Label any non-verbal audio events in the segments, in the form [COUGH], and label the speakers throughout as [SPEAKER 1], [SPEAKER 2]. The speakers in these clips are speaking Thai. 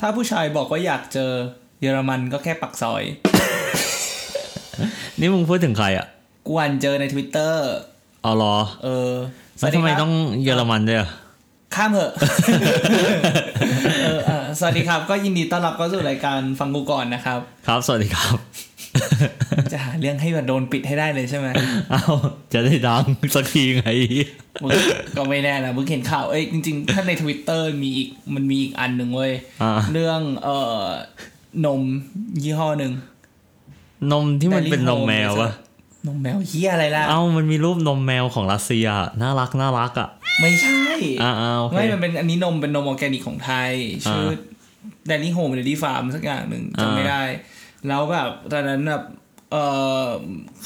[SPEAKER 1] ถ้าผู้ชายบอกว่าอยากเจอเยอรมันก็แค่ปักซอย
[SPEAKER 2] นี่มึงพูดถึงใครอ่ะ
[SPEAKER 1] กวนเจอใน Twitter
[SPEAKER 2] อ๋อเหรอ
[SPEAKER 1] เออ
[SPEAKER 2] แล้วทำไม
[SPEAKER 1] ครับ
[SPEAKER 2] ต้องเยอรมันด้วยอะ
[SPEAKER 1] ข้ามเหอะ
[SPEAKER 2] [LAUGHS]
[SPEAKER 1] เอออ่ะสวัสดีครับ ก็ยินดีต้อนรับเข้าสู่รายการฟังกูก่อนนะครับ
[SPEAKER 2] ครับ สวัสดี
[SPEAKER 1] [LAUGHS]
[SPEAKER 2] ครับ
[SPEAKER 1] จะหาเรื่องให้แบบโดนปิดให้ได้เลยใช่ไหม
[SPEAKER 2] เอาจะได้ดังสักทีไง
[SPEAKER 1] มึงก็ไม่แน่นะมึงเห็นข่าว เอ้ยจริงๆ ถ้าใน Twitter มีอีกมันมีอีกอันหนึ่งเว้ย
[SPEAKER 2] อ่า
[SPEAKER 1] เรื่องเอ่อนมยี่ห้อหนึ่ง
[SPEAKER 2] นมที่มันเป็นนมแมววะ
[SPEAKER 1] นมแมวเฮียอะไรล่ะ
[SPEAKER 2] เอ้ามันมีรูปนมแมวของรัสเซียอะน่ารักน่ารักอ่ะ
[SPEAKER 1] ไม่ใช่
[SPEAKER 2] อ่าอ่าโอเค
[SPEAKER 1] ไม่มันเป็นอันนี้นมเป็นนมออร์แกนิกของไทย ชื่อเดลี่โฮมเดลี่ฟาร์มสักอย่างหนึ่งจำไม่
[SPEAKER 2] อ่า
[SPEAKER 1] ได้ แล้วแบบตอนนั้นแบบเออ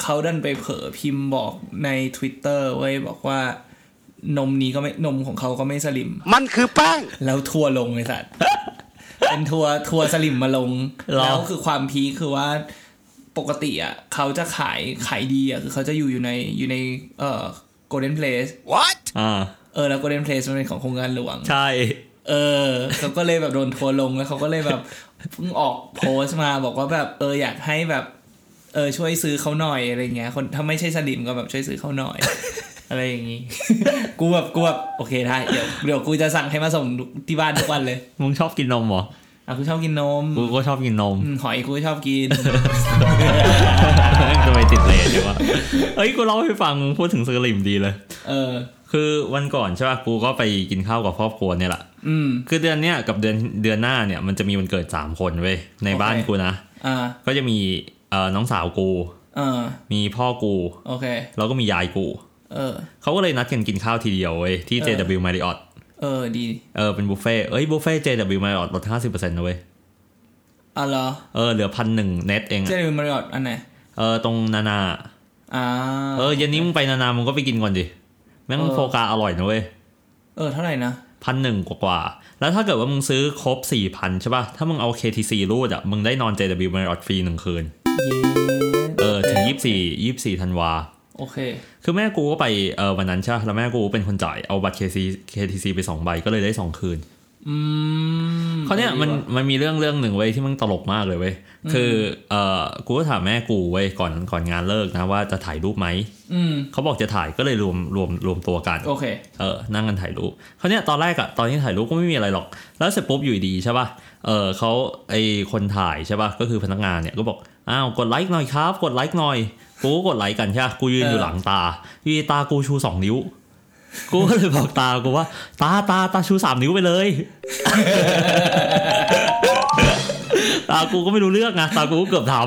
[SPEAKER 1] เขาดันไปเผลอพิมพ์บอกใน Twitter ไว้ยบอกว่านมนี้ก็ไม่นมของเขาก็ไม่สลิม
[SPEAKER 3] มันคือแป้ง
[SPEAKER 1] แล้วทัวร์ลงไอ้สัต
[SPEAKER 2] [LAUGHS]
[SPEAKER 1] ว์ เป็นทัวร์ทัวร์สลิมมาลง
[SPEAKER 2] หรอ
[SPEAKER 1] แล้วคือความพีคคือว่าปกติอ่ะเขาจะขายขายดีอ่ะคือเขาจะอยู่อยู่ในอยู่ในเอ่อ golden place
[SPEAKER 3] what
[SPEAKER 2] อ่า
[SPEAKER 1] เออแล้ว golden place มันเป็นของโครงการหลวง
[SPEAKER 2] ใช่
[SPEAKER 1] เออเขาก็เลยแบบโดนทัวร์ลงแล้วเขาก็เลยแบบเพิ่งออกโพสต์มาบอกว่าแบบเอออยากให้แบบ เออช่วยซื้อเขาหน่อยอะไรเงี้ย คนถ้าไม่ใช่สลิมก็แบบช่วยซื้อเขาห
[SPEAKER 2] [LAUGHS]
[SPEAKER 1] น่อย อะไรอย่างงี้ [LAUGHS] กูแบบกูแบบโอเคได้เดี๋ยวเดี๋ยวกูจะสั่งให้มาส่งที่บ้านทุกวันเลย
[SPEAKER 2] มึงชอบกินนมเหรอ
[SPEAKER 1] อ่ะกูชอบกินนม
[SPEAKER 2] กูก็ชอบกินนม [LAUGHS]
[SPEAKER 1] อืมหอยกูชอบกิน [LAUGHS]
[SPEAKER 2] ทำไมติดเลนเนี่ยวะเอ้ย กูเล่าให้ฟังมึงพูดถึงสลิมดีเลย
[SPEAKER 1] เออ
[SPEAKER 2] คือวันก่อนใช่ป่ะ กูก็ไปกินข้าวกับครอบครัวเนี่ยแหละ
[SPEAKER 1] อืม
[SPEAKER 2] คือเดือนเนี้ยกับเดือนเดือนหน้าเนี่ยมันจะมีวันเกิดสามคนเว้ยใน
[SPEAKER 1] โอเค
[SPEAKER 2] บ้านกูนะ
[SPEAKER 1] อ่า
[SPEAKER 2] ก็จะมีเอ่อน้องสาวกู
[SPEAKER 1] เออ
[SPEAKER 2] มีพ่อกู
[SPEAKER 1] โอเค
[SPEAKER 2] แล้วก็มียายกู
[SPEAKER 1] เออ
[SPEAKER 2] เขาก็เลยนัดกันกินข้าวทีเดียวเว้ยที่
[SPEAKER 1] เออ
[SPEAKER 2] JW Marriott
[SPEAKER 1] เออดี
[SPEAKER 2] เออเป็นบุฟเฟ่ต์เอ้ยบุฟเฟ่ต์ JW Marriott ลด50%นะเว้ย
[SPEAKER 1] อ่ะเหรอ
[SPEAKER 2] เออเหลือพันหนึ่งเน็ตเอง
[SPEAKER 1] เจ
[SPEAKER 2] อะ
[SPEAKER 1] เริญมาริออตอันไหน
[SPEAKER 2] เออตรงนานา
[SPEAKER 1] อ่า
[SPEAKER 2] เออเย็นนี้มึงไปนานามึงก็ไปกินก่อนดิแม่ง
[SPEAKER 1] เออ
[SPEAKER 2] โฟกาอร่อยนะเว้ย
[SPEAKER 1] เออเท่าไหร่นะ
[SPEAKER 2] พันหนึ่งกว่าๆแล้วถ้าเกิดว่ามึงซื้อครบ 4,000 ใช่ป่ะ ถ้ามึงเอา KTC รูดอ่ะมึงได้นอน JW Marriott ฟรีหนึ่งคืน
[SPEAKER 1] เย
[SPEAKER 2] เออถึง 24 24ธันวา
[SPEAKER 1] โอเค
[SPEAKER 2] คือแม่กูก็ไปเออวันนั้นใช่ปะแล้วแม่กูเป็นคนจ่ายเอาบัตร KC KTC ไปสองใบก็เลยได้สองคืน
[SPEAKER 1] อืม
[SPEAKER 2] เขาวเนี่ยมัน
[SPEAKER 1] ดีว่ะ
[SPEAKER 2] มันมีเรื่องเรื่องหนึ่งเว้ยที่มันตลกมากเลยเว้ยคือเอ่อกูก็ถามแม่กูเว้ยก่อนก่อนงานเลิกนะว่าจะถ่ายรูปไหม
[SPEAKER 1] อืม
[SPEAKER 2] เขาบอกจะถ่ายก็เลยรวมรวมรวมตัวกัน
[SPEAKER 1] โอเค
[SPEAKER 2] เออนั่งกันถ่ายรูปเขาวเนี่ยตอนแรกอะตอนที่ถ่ายรูปก็ไม่มีอะไรหรอก แล้วเสร็จปุ๊บอยู่ดีใช่ป่ะเออเขาไอคนถ่ายใช่ป่ะก็คือพนักงานเนี่ยก็บอกอ้าวกดไลค์หน่อยครับ กดไลค์หน่อยกูก็กดไลค์กันใช่ปะกูยืน
[SPEAKER 1] เออ
[SPEAKER 2] อ
[SPEAKER 1] อ
[SPEAKER 2] ยู่หลังตาอยู่ดีตากูชูสองนิ้วกูก็เลยบอกตากูว่า ตาตาตาชูสามนิ้วไปเลย [LAUGHS] ตากูก็ไม่รู้เรื่องนะตากูก็เกือบทำ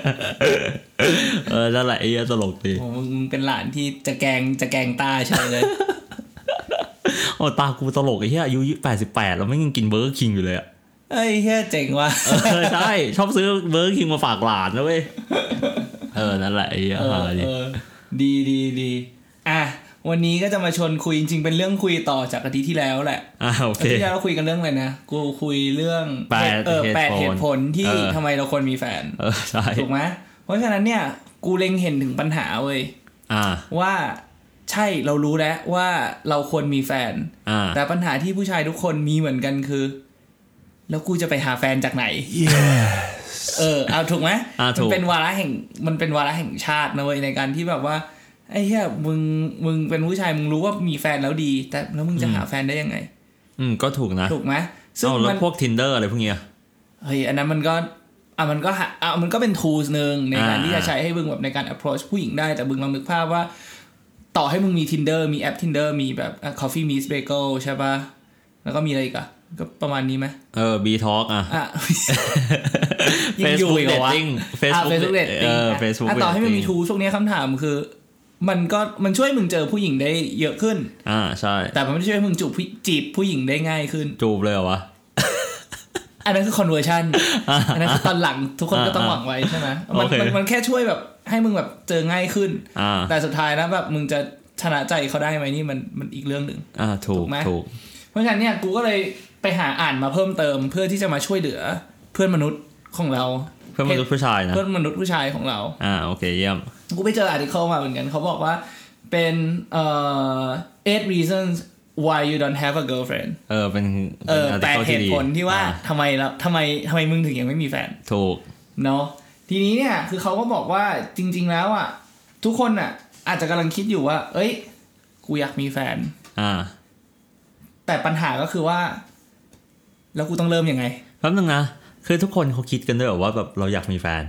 [SPEAKER 2] [LAUGHS] เออนั่นแหละไอ้เหี้ยตลกดี
[SPEAKER 1] โอ้มึงมึงเป็นหลานที่จะแกงจะแกงตาเฉยเลย
[SPEAKER 2] โอ้ตากูตลกไอ้เหี้ยอายุแปดสิบแปดแล้วไม่ยังกินเบอร์เกอร์คิงอยู่เลยอะ
[SPEAKER 1] [LAUGHS] เอ้ยเฮียเจ๋ง [LAUGHS] ว่ะ
[SPEAKER 2] เออใช่ ชอบซื้อเบอร์เกอร์คิงมาฝากหลานนะเว้ย เออ นั่นแหละไอ้เหี้ย
[SPEAKER 1] เออ
[SPEAKER 2] หาดิ
[SPEAKER 1] เออดีดีดีอ่ะ วันนี้ก็จะมาชวนคุยจริงๆเป็นเรื่องคุยต่อจากอาทิตย์ที่แล้วแหละ
[SPEAKER 2] อ่าโอ
[SPEAKER 1] อาทิ
[SPEAKER 2] เค
[SPEAKER 1] ตย์ที่แล้วเราคุยกันเรื่องอะไรนะ กูคุยเรื่อง
[SPEAKER 2] แปด
[SPEAKER 1] เออแปด
[SPEAKER 2] เห
[SPEAKER 1] เห
[SPEAKER 2] ตุผล
[SPEAKER 1] ตุผลที่
[SPEAKER 2] เออ
[SPEAKER 1] ทำไมเราควรมีแฟน
[SPEAKER 2] เออ ใช่
[SPEAKER 1] ถูกไหมเพราะฉะนั้นเนี่ย กูเล็งเห็นถึงปัญหาเว้ย
[SPEAKER 2] อ่า
[SPEAKER 1] ว่าใช่เรารู้แล้วว่าเราควรมีแฟน
[SPEAKER 2] อ่า
[SPEAKER 1] แต่ปัญหาที่ผู้ชายทุกคนมีเหมือนกันคือ แล้วกูจะไปหาแฟนจากไหน เออเอาถูกไหม
[SPEAKER 2] อ่าถูก
[SPEAKER 1] มันเป็นวาระแห่งมันเป็นวาระแห่งชาตินะเว้ยในการที่แบบว่าไอ้เหี้ยมึงมึงเป็นผู้ชายมึงรู้ว่ามีแฟนแล้วดี แต่แล้วมึงจะหาแฟนได้ยังไง
[SPEAKER 2] อืม ก็ถูกนะ
[SPEAKER 1] ถูกไหมซึ่ง
[SPEAKER 2] เอาแล้
[SPEAKER 1] มั
[SPEAKER 2] วนพวก tinder อะไรพวกเนี้ย
[SPEAKER 1] เฮ้ยอันนั้นมันก็อ่ะมันก็หาอ่ะมันก็เป็น tools หนึ่งในการ
[SPEAKER 2] อ่า
[SPEAKER 1] ที่จะใช้ให้มึงแบบในการ approach ผู้หญิงได้แต่มึงลองนึกภาพว่า ต่อให้มึงมี tinder มีแอป tinder มีแบบอ่ะ coffee meets bagel ใช่ปะแล้วก็มีอะไรอีกอะก็ประมาณนี้ไหม
[SPEAKER 2] เออ b talk อ่ะ
[SPEAKER 1] อ่ะ [LAUGHS] ยังอยู่
[SPEAKER 2] Facebook
[SPEAKER 1] อีกเหรอวะ
[SPEAKER 2] dating
[SPEAKER 1] อ่ะ
[SPEAKER 2] Facebook
[SPEAKER 1] Facebook
[SPEAKER 2] dating เอ
[SPEAKER 1] dating
[SPEAKER 2] อ
[SPEAKER 1] อ่ะ
[SPEAKER 2] Facebook
[SPEAKER 1] อ่ะต่อให้มันมี
[SPEAKER 2] dating
[SPEAKER 1] ทูช่วงนี้คำถามคือ มันก็มันช่วยมึงเจอผู้หญิงได้เยอะขึ้น
[SPEAKER 2] อ่าใช่
[SPEAKER 1] แต่มันไม่ได้ช่วยมึงจูบผู้จีบผู้หญิงได้ง่ายขึ้น
[SPEAKER 2] จูบเลยเหรอวะ
[SPEAKER 1] อันนั้นคือ conversion อันนั้นคือตอนหลังทุกคนก็ต้องหวังไว้ใช่ไหมมัน
[SPEAKER 2] โอเค
[SPEAKER 1] มันมันแค่ช่วยแบบให้มึงแบบเจอง่ายขึ้น
[SPEAKER 2] อ่า
[SPEAKER 1] แต่สุดท้ายแล้วแบบมึงจะชนะใจเขาได้ไหมนี่มันมันอีกเรื่องหนึ่ง
[SPEAKER 2] อ่า ถู
[SPEAKER 1] ถู
[SPEAKER 2] ก
[SPEAKER 1] กไหม
[SPEAKER 2] ถูก
[SPEAKER 1] เพราะฉะนั้นเนี่ยกูก็เลยไปหาอ่านมาเพิ่มเติม เพื่อที่จะมาช่วยเหลือเพื่อนมนุษย์ของเรา
[SPEAKER 2] เพื่อนมนุษย์ผู้ชายนะ
[SPEAKER 1] เพื่อนมนุษย์ผู้ชายของเรา
[SPEAKER 2] อ่า โอเค เยี่ยม
[SPEAKER 1] กูไปเจออาร์ติเคิลมาเหมือนกัน เขาบอกว่าเป็นเอ่อ eight reasons why you don't have a girlfriend
[SPEAKER 2] เออเป็น
[SPEAKER 1] เอ
[SPEAKER 2] ป็น
[SPEAKER 1] อ
[SPEAKER 2] article
[SPEAKER 1] แปดเหตุ
[SPEAKER 2] ดี
[SPEAKER 1] ผลที่ว่า
[SPEAKER 2] อ่
[SPEAKER 1] ทำไมแล้วทำไมทำไมมึงถึงยังไม่มีแฟน
[SPEAKER 2] ถูก
[SPEAKER 1] เนาะทีนี้เนี่ยคือเขาก็บอกว่าจริง ๆ แล้วอ่ะ ทุกคนอ่ะ อาจจะกำลังคิดอยู่ว่า เอ้ย กูอยากมีแฟน
[SPEAKER 2] อ่า
[SPEAKER 1] แต่ปัญหาก็คือว่า แล้วกูต้องเริ่มยังไง
[SPEAKER 2] แป๊บนึงนะ คือทุกคนเขาคิดกันด้วยเหรอว่าแบบเราอยากมีแฟน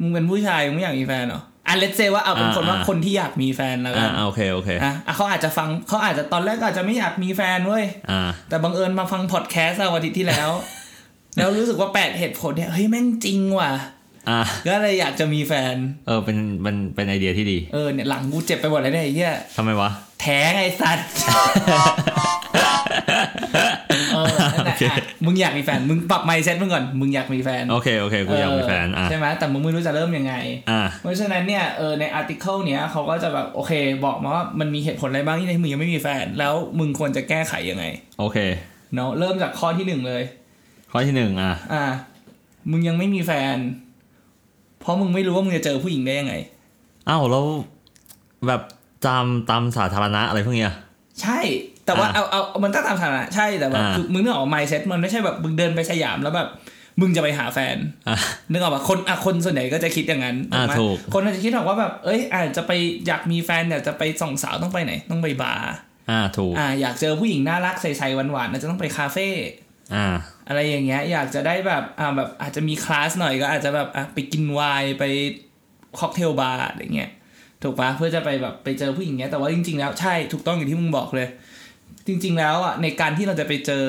[SPEAKER 1] มึงเป็นผู้ชายมึงไม่อยากมีแฟนเหรออ่ะเลตเซว่าเอาเป็นคน
[SPEAKER 2] อ่า
[SPEAKER 1] ว่า
[SPEAKER 2] อ่า
[SPEAKER 1] คนที่อยากมีแฟนแล้วกั
[SPEAKER 2] อ่าน อ่าโอเคโอเค
[SPEAKER 1] อ่ะอ่ะเขาอาจจะฟังเขาอาจจะตอนแรกก็อาจจะไม่อยากมีแฟนเว้ย
[SPEAKER 2] อ่า
[SPEAKER 1] แต่บังเอิญมาฟังพอดแคสต์เราอาทิตย์ที่แล้ว [LAUGHS] แล้วรู้สึกว่าแปดเหตุผลเนี่ยเฮ้ยแม่งจริงว่ะ
[SPEAKER 2] อ่า
[SPEAKER 1] ก็เลยอยากจะมีแฟน
[SPEAKER 2] เออเป็นเป็นเป็นไอเดียที่ดี
[SPEAKER 1] เออเนี่ยหลังกูเจ็บไปหมดเลยเนี่ยไอ้เหี้ย
[SPEAKER 2] ทำไมวะ
[SPEAKER 1] แท้ไงสัตว์ [LAUGHS] เออนั่นแหละ
[SPEAKER 2] โอเค
[SPEAKER 1] อ่ะมึงอยากมีแฟน มึงปรับไมเซ็ตมึงก่อน มึงอยากมีแฟน
[SPEAKER 2] โอเคโอเคกูอยากมีแฟนอ่า
[SPEAKER 1] เออใช่ไหมแต่มึงไม่รู้จะเริ่มยังไง
[SPEAKER 2] อ่า
[SPEAKER 1] เพราะฉะนั้นเนี่ย เออ ในอาร์ติเคิลเนี้ยเขาก็จะแบบ โอเค บอกมาว่ามันมีเหตุผลอะไรบ้างที่มึงยังไม่มีแฟน แล้วมึงควรจะแก้ไขยังไง
[SPEAKER 2] โอเค
[SPEAKER 1] เนาะ เริ่มจากข้อที่หนึ่งเลย
[SPEAKER 2] ข้อที่หนึ่งอ่ะ
[SPEAKER 1] อ่า มึงยังไม่มีแฟน เพราะมึงไม่รู้ว่ามึงจะเจอผู้หญิงได้ยังไง
[SPEAKER 2] อ้าวแล้วแบบตามตามสาธารณะอะไรพวกเนี้ย
[SPEAKER 1] ใช่ แต่ว่า
[SPEAKER 2] อ่ะ
[SPEAKER 1] เอาเอาเอามันต้องตามสถานะใช่แต่แบบ
[SPEAKER 2] อ่า
[SPEAKER 1] คือมึงนึกออกไมเซ็ตมันไม่ใช่แบบมึงเดินไปสยามแล้วแบบมึงจะไปหาแฟน
[SPEAKER 2] อ่ะ
[SPEAKER 1] นึกออกปะคนอ่ะคนส่วนใหญ่ก็จะคิดอย่างนั้น
[SPEAKER 2] อ่า
[SPEAKER 1] ไหม
[SPEAKER 2] ถูก
[SPEAKER 1] คนอาจจะคิดออกว่าแบบเอ้ยอาจจะไปอยากมีแฟนอยากจะไปส่องสาวต้องไปไหน ต้องไปบาร์
[SPEAKER 2] อ่าถูก
[SPEAKER 1] อ่าอยากเจอผู้หญิงน่ารักใสๆหวานๆอาจจะต้องไปคาเฟ่
[SPEAKER 2] อ่า
[SPEAKER 1] อะไรอย่างเงี้ยอยากจะได้แบบอ่าแบบอาจจะมีคลาสหน่อยก็อาจจะแบบอ่ะไปกินไวน์ไปค็อกเทลบาร์อะไรเงี้ยถูกปะเพื่อจะไปแบบไปเจอผู้หญิงเงี้ยแต่ว่าจริงๆแล้วใช่ถูกต้องอย่างที่มึงบอกเลย จริงๆ แล้วอ่ะในการที่เราจะไปเจอ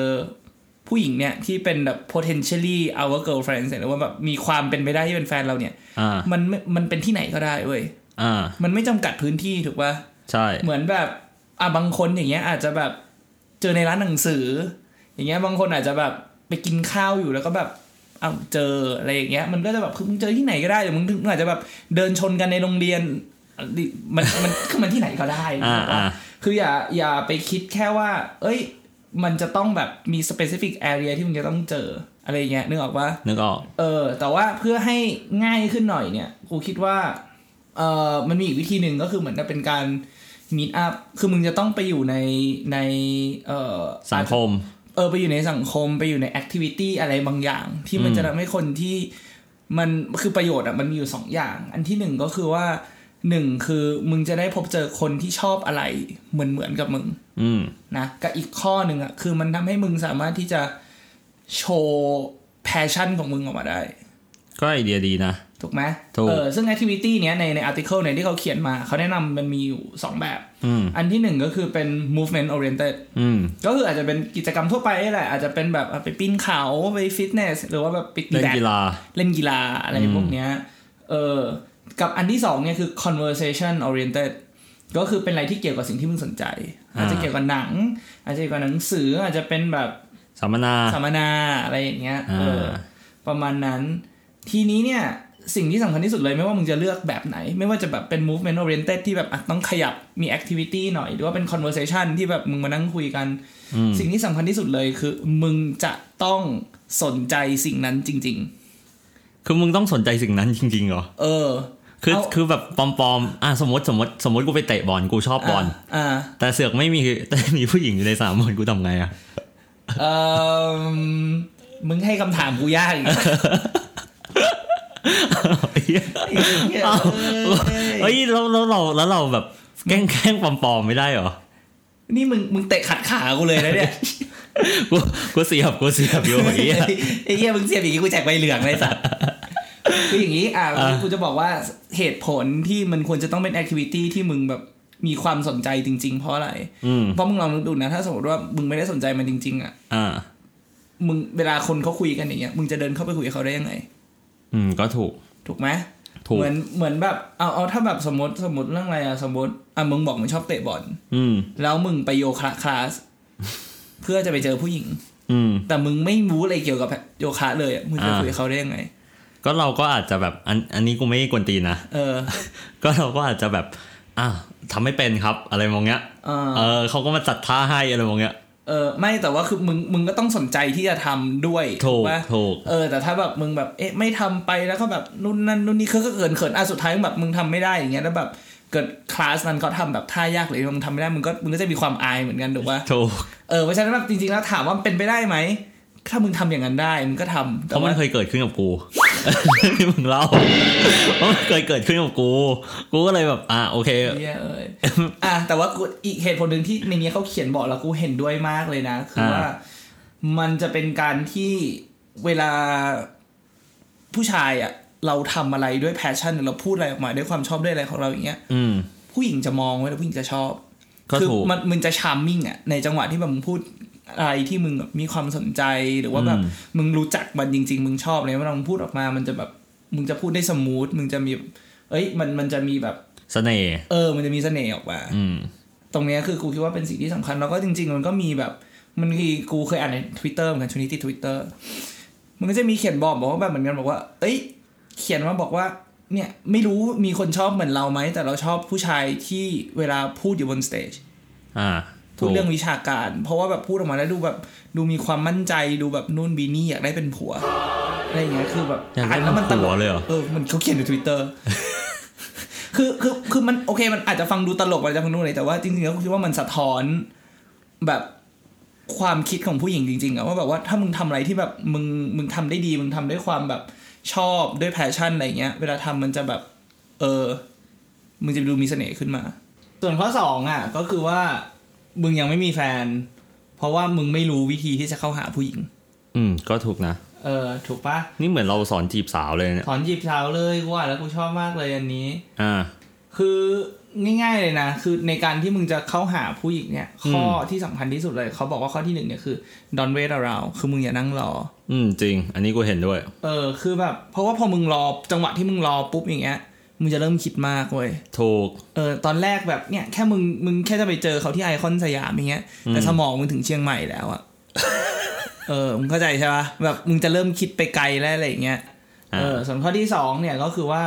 [SPEAKER 1] ผู้หญิงเนี่ย ที่เป็นแบบ potentially our girlfriend หรือว่าแบบมีความเป็นไปได้ที่เป็นแฟนเราเนี่ย
[SPEAKER 2] อ่า
[SPEAKER 1] มันไม่มันเป็นที่ไหนก็ได้เว้ย
[SPEAKER 2] อ่า
[SPEAKER 1] มันไม่จำกัดพื้นที่ถูกปะ
[SPEAKER 2] ใช่
[SPEAKER 1] เหมือนแบบอ่ะบางคนอย่างเงี้ยอาจจะแบบเจอในร้านหนังสือ อย่างเงี้ยบางคนอาจจะแบบไปกินข้าวอยู่แล้วก็แบบเอาเจออะไรอย่างเงี้ยมันก็จะแบบคือมึงเจอที่ไหนก็ได้หรือมึงมึงอาจจะแบบเดินชนกันในโรงเรียนมันมันคือมันที่ไหนก็ได้
[SPEAKER 2] อ่า
[SPEAKER 1] ถูกปะ
[SPEAKER 2] อ่า
[SPEAKER 1] คืออย่าอย่าไปคิดแค่ว่า เอ้ย มันจะต้องแบบมี specific area ที่มึงจะต้องเจออะไรอย่างเงี้ยนึกออกปะ
[SPEAKER 2] นึกออก
[SPEAKER 1] เออ แต่ว่าเพื่อให้ง่ายขึ้นหน่อยเนี่ย กูคิดว่า เออมันมีอีกวิธีหนึ่งก็คือเหมือนกับเป็นการ meet up คือมึงจะต้องไปอยู่ในใน เออ
[SPEAKER 2] สังคม
[SPEAKER 1] เออ ไปอยู่ในสังคม ไปอยู่ใน activity อะไรบางอย่าง ที่มัน
[SPEAKER 2] อืม
[SPEAKER 1] จะทำให้คนที่มันคือประโยชน์อ่ะมันมีอยู่สองอย่าง อันที่หนึ่งก็คือว่าหนึ่งคือมึงจะได้พบเจอคนที่ชอบอะไรเหมือนเหมือนๆกับมึง
[SPEAKER 2] อืม
[SPEAKER 1] นะกับอีกข้อหนึ่งอะคือมันทำให้มึงสามารถที่จะโชว์ passion ของมึงออกมาได้
[SPEAKER 2] ก็ไอเดียดีนะ
[SPEAKER 1] ถูกไหม
[SPEAKER 2] ถูก
[SPEAKER 1] เออซึ่ง activity เนี้ยในใน article เนี่ยที่เขาเขียนมา เขาแนะนำมันมีอยู่ 2 แบบ
[SPEAKER 2] อืม
[SPEAKER 1] อันที่หนึ่งก็คือเป็น movement oriented
[SPEAKER 2] อืม
[SPEAKER 1] ก็คืออาจจะเป็นกิจกรรมทั่วไปนี่แหละ อาจจะเป็นแบบอ่ะไปปีนเขา ไปฟิตเนส หรือว่าแบบไปตี
[SPEAKER 2] เล่น
[SPEAKER 1] แบด
[SPEAKER 2] กีฬา
[SPEAKER 1] เล่นกีฬาอะไรพวกเนี้ยเออกับอันที่สองเนี่ยคือ conversation oriented ก็คือเป็นอะไรที่เกี่ยวกับสิ่งที่มึงสนใจ อาจจะเกี่ยวกับหนัง อาจจะเกี่ยวกับหนังสืออาจจะเป็นแบบ
[SPEAKER 2] สัมมนา
[SPEAKER 1] สัมมนาอะไรอย่างเงี้ย
[SPEAKER 2] อ่า
[SPEAKER 1] เออประมาณนั้น ทีนี้เนี่ย สิ่งที่สำคัญที่สุดเลยไม่ว่ามึงจะเลือกแบบไหน ไม่ว่าจะแบบเป็น movement oriented ที่แบบอ่ะต้องขยับมี activity หน่อย หรือว่าเป็น conversation ที่แบบมึงมานั่งคุยกัน
[SPEAKER 2] อืม
[SPEAKER 1] สิ่งที่สำคัญที่สุดเลยคือ มึงจะต้องสนใจสิ่งนั้นจริง
[SPEAKER 2] คือมึงต้องสนใจสิ่งนั้นจริงๆเหรอ
[SPEAKER 1] ๆ เออ
[SPEAKER 2] คือ
[SPEAKER 1] เอา
[SPEAKER 2] คือแบบปลอมๆ อ่ะสมมติสมมติสมมติกูไปเตะบอลกูชอบบอล
[SPEAKER 1] อ่า
[SPEAKER 2] แต่เสือกไม่มีแต่มีผู้หญิงอยู่ในสนามบอลกูทำไงอ่ะ
[SPEAKER 1] เออมึงให้คำถามกูยากอีก
[SPEAKER 2] [LAUGHS] เอ้า
[SPEAKER 1] เอ้ย
[SPEAKER 2] เฮ้ยแล้วแล้วเราแล้วเราแบบแกล้งแกล้งปลอมๆไม่ได้เหรอ
[SPEAKER 1] นี่มึงมึงเตะขัดขากูเลยนะเนี่ย
[SPEAKER 2] กูกูเสียบกูเสียบอยู่ไอ้เหี้ย
[SPEAKER 1] ไอ้เหี้ยมึงเสียบอย่างนี้กูแจกใบเหลืองเลยสัตว์ คืออย่างนี้อ่ะ
[SPEAKER 2] อ่ะ
[SPEAKER 1] กูจะบอกว่าเหตุผลที่มันควรจะต้องเป็นแอคทิวิตี้ที่มึงแบบมีความสนใจจริง ๆ เพราะอะไร
[SPEAKER 2] อืม
[SPEAKER 1] เพราะมึงลองนึกดูนะ ถ้าสมมติว่ามึงไม่ได้สนใจมันจริง ๆ อ่ะ
[SPEAKER 2] อ่า
[SPEAKER 1] มึงเวลาคนเขาคุยกันอย่างเงี้ย มึงจะเดินเข้าไปคุยกับเขาได้ยังไง
[SPEAKER 2] อืมก็ถูก
[SPEAKER 1] ถูกไหม
[SPEAKER 2] ถูก
[SPEAKER 1] เหมือนเหมือนแบบเอาเอาถ้าแบบสมมติสมมติเรื่องอะไรอ่ะสมมติอ่ะมึงบอกมึงชอบเตะบอล
[SPEAKER 2] อืม
[SPEAKER 1] แล้วมึงไปโยคะคลาส เพื่อจะไปเจอผู้หญิง
[SPEAKER 2] อืม
[SPEAKER 1] แต่มึงไม่รู้อะไรเกี่ยวกับโยคะเลยอ่ะมึงจะคุยกับเขาได้ยังไง
[SPEAKER 2] ก็เราก็อาจจะแบบอันอันนี้กูไม่กวนตีนนะ
[SPEAKER 1] เออ
[SPEAKER 2] ก็เราก็อาจจะแบบ อ่ะทำไม่เป็นครับ อะไรมองเงี้ย
[SPEAKER 1] เออ
[SPEAKER 2] เออเขาก็มาจัดท่าให้อะไรมองเงี้ย
[SPEAKER 1] เออไม่แต่ว่าคือมึงมึงก็ต้องสนใจที่จะทำด้วย
[SPEAKER 2] ถูก
[SPEAKER 1] ปะ
[SPEAKER 2] ถูก
[SPEAKER 1] เออ แต่ถ้าแบบมึงแบบเอ๊ะไม่ทำไปแล้วก็แบบนู่นนั่นนู่นนี่คือก็เกินเขินอ่ะสุดท้ายมึงแบบมึงทำไม่ได้อย่างเงี้ยแล้วแบบ เกิดคลาสนั้นเขาทำแบบท่ายากหรือมึงทำไม่ได้มึงก็มึงก็จะมีความอายเหมือนกันถูกปะ
[SPEAKER 2] ถูก
[SPEAKER 1] เออเพราะฉะนั้นแบบจริงๆแล้วถามว่ามันเป็นไปได้ไหมถ้ามึงทำอย่างนั้นได้มึงก็ทำ
[SPEAKER 2] เพ
[SPEAKER 1] แต่
[SPEAKER 2] ราะมั
[SPEAKER 1] ว่าน
[SPEAKER 2] เคยเกิดขึ้นกับกู [LAUGHS] ที่มึงเล่าเพราะมันเคยเกิดขึ้นกับกู กูก็เลยแบบ อ่ะโอเค
[SPEAKER 1] เนี่ยเอยอ่ะแต่ว่ากูอีกเหตุผลหนึ่งที่ในเนี้ยเขาเขียนบอกแล้วกูเห็นด้วยมากเลยนะ คือว่า
[SPEAKER 2] อ่า
[SPEAKER 1] มันจะเป็นการที่เวลาผู้ชายอะเราทำอะไรด้วยแพชชั่นเราพูดอะไรออกมาด้วยความชอบด้วยอะไรของเราอย่างเงี้ย
[SPEAKER 2] อืม
[SPEAKER 1] ผู้หญิงจะมองไว้แล้วผู้หญิงจะชอบ
[SPEAKER 2] ก็
[SPEAKER 1] คือ
[SPEAKER 2] ถูก
[SPEAKER 1] มันมันจะชาร์มมิ่งอ่ะในจังหวะที่แบบมึงพูดอะไรที่มึงแบบมีความสนใจหรือว่าแบบ
[SPEAKER 2] อืม
[SPEAKER 1] มึงรู้จักมันจริง ๆ มึงชอบเลยเมื่อเราพูดออกมา มันจะแบบมึงจะพูดได้สมูทมึงจะมี เอ้ยมันมันจะมีแบบ
[SPEAKER 2] เสน่ห์
[SPEAKER 1] เออ มันจะมีเสน่ห์ออกมา
[SPEAKER 2] อืม
[SPEAKER 1] ตรงเนี้ยคือกูคิดว่าเป็นสิ่งที่สำคัญแล้วก็จริง ๆ มันก็มีแบบ มันมีกูเคยอ่านใน Twitter เหมือนกันช่วงนี้ติด Twitter มันก็จะมีเขียนบอกบอกว่าแบบเหมือนกันบอกว่า เอ้ย เขียนมาบอกว่า เนี่ยไม่รู้มีคนชอบเหมือนเราไหมแต่เราชอบผู้ชายที่เวลาพูดอยู่บนสเตจ
[SPEAKER 2] อ่า
[SPEAKER 1] พู
[SPEAKER 2] ถู
[SPEAKER 1] ด
[SPEAKER 2] ก
[SPEAKER 1] เรื่องวิชาการ เพราะว่าแบบพูดออกมาแล้วดูแบบดูมีความมั่นใจดูแบบนู่นบีนี่อยากได้เป็นผัวอะไรอย่างเงี้ยคือแบบ
[SPEAKER 2] อยากได้
[SPEAKER 1] น
[SPEAKER 2] เป็
[SPEAKER 1] แล้ว
[SPEAKER 2] น
[SPEAKER 1] ตล
[SPEAKER 2] ผัว
[SPEAKER 1] ก
[SPEAKER 2] เลยเหรอ
[SPEAKER 1] เออมันเขาเขียนในทวิตเตอร์ [LAUGHS] คือคือคือมันโอเค มันอาจจะฟังดูตลกอาจจะฟังดูอะไรแต่ว่าจริงๆแล้วกูคิดว่ามันสะท้อนแบบความคิดของผู้หญิงจริงๆอะว่าแบบว่าถ้ามึงทำอะไรที่แบบมึงมึงทำได้ดี มึงทำด้วยความแบบชอบด้วยแพชชั่นอะไรอย่างเงี้ย เวลาทำมันจะแบบ เออ มึงจะดูมีเสน่ห์ขึ้นมา ส่วนข้อสองอ่ะ ก็คือว่า มึงยังไม่มีแฟน เพราะว่ามึงไม่รู้วิธีที่จะเข้าหาผู้หญิง
[SPEAKER 2] อืม ก็ถูกนะ
[SPEAKER 1] เออ ถูกปะ
[SPEAKER 2] นี่เหมือนเราสอนจีบสาวเลยเนี่ย
[SPEAKER 1] ถอนหยิบเท้าเลยกูว่าแล้วกูชอบมากเลยอันนี้
[SPEAKER 2] อ่า
[SPEAKER 1] คือง่ายๆเลยนะ คือในการที่มึงจะเข้าหาผู้หญิงเนี่ย ข้อที่สำคัญที่สุดเลยเขาบอกว่าข้อที่หนึ่งเนี่ยคือ don't wait around คือมึงอย่านั่งรอ
[SPEAKER 2] อืม จริง อันนี้กูเห็นด้วย
[SPEAKER 1] เออ คือแบบ เพราะว่าพอมึงรอจังหวะที่มึงรอปุ๊บอย่างเงี้ย มึงจะเริ่มคิดมากเว้ย
[SPEAKER 2] ถูก
[SPEAKER 1] เออตอนแรกแบบเนี่ยแค่มึงมึงแค่จะไปเจอเขาที่ไอคอนสยามอย่างเงี้ยแต่สมองมึงถึงเชียงใหม่แล้วอะ [LAUGHS] เออมึงเข้าใจใช่ปะแบบมึงจะเริ่มคิดไปไกลแล้วอะไรอย่างเงี้ย
[SPEAKER 2] อ่า
[SPEAKER 1] เออส่วนข้อที่สองเนี่ยก็คือว่า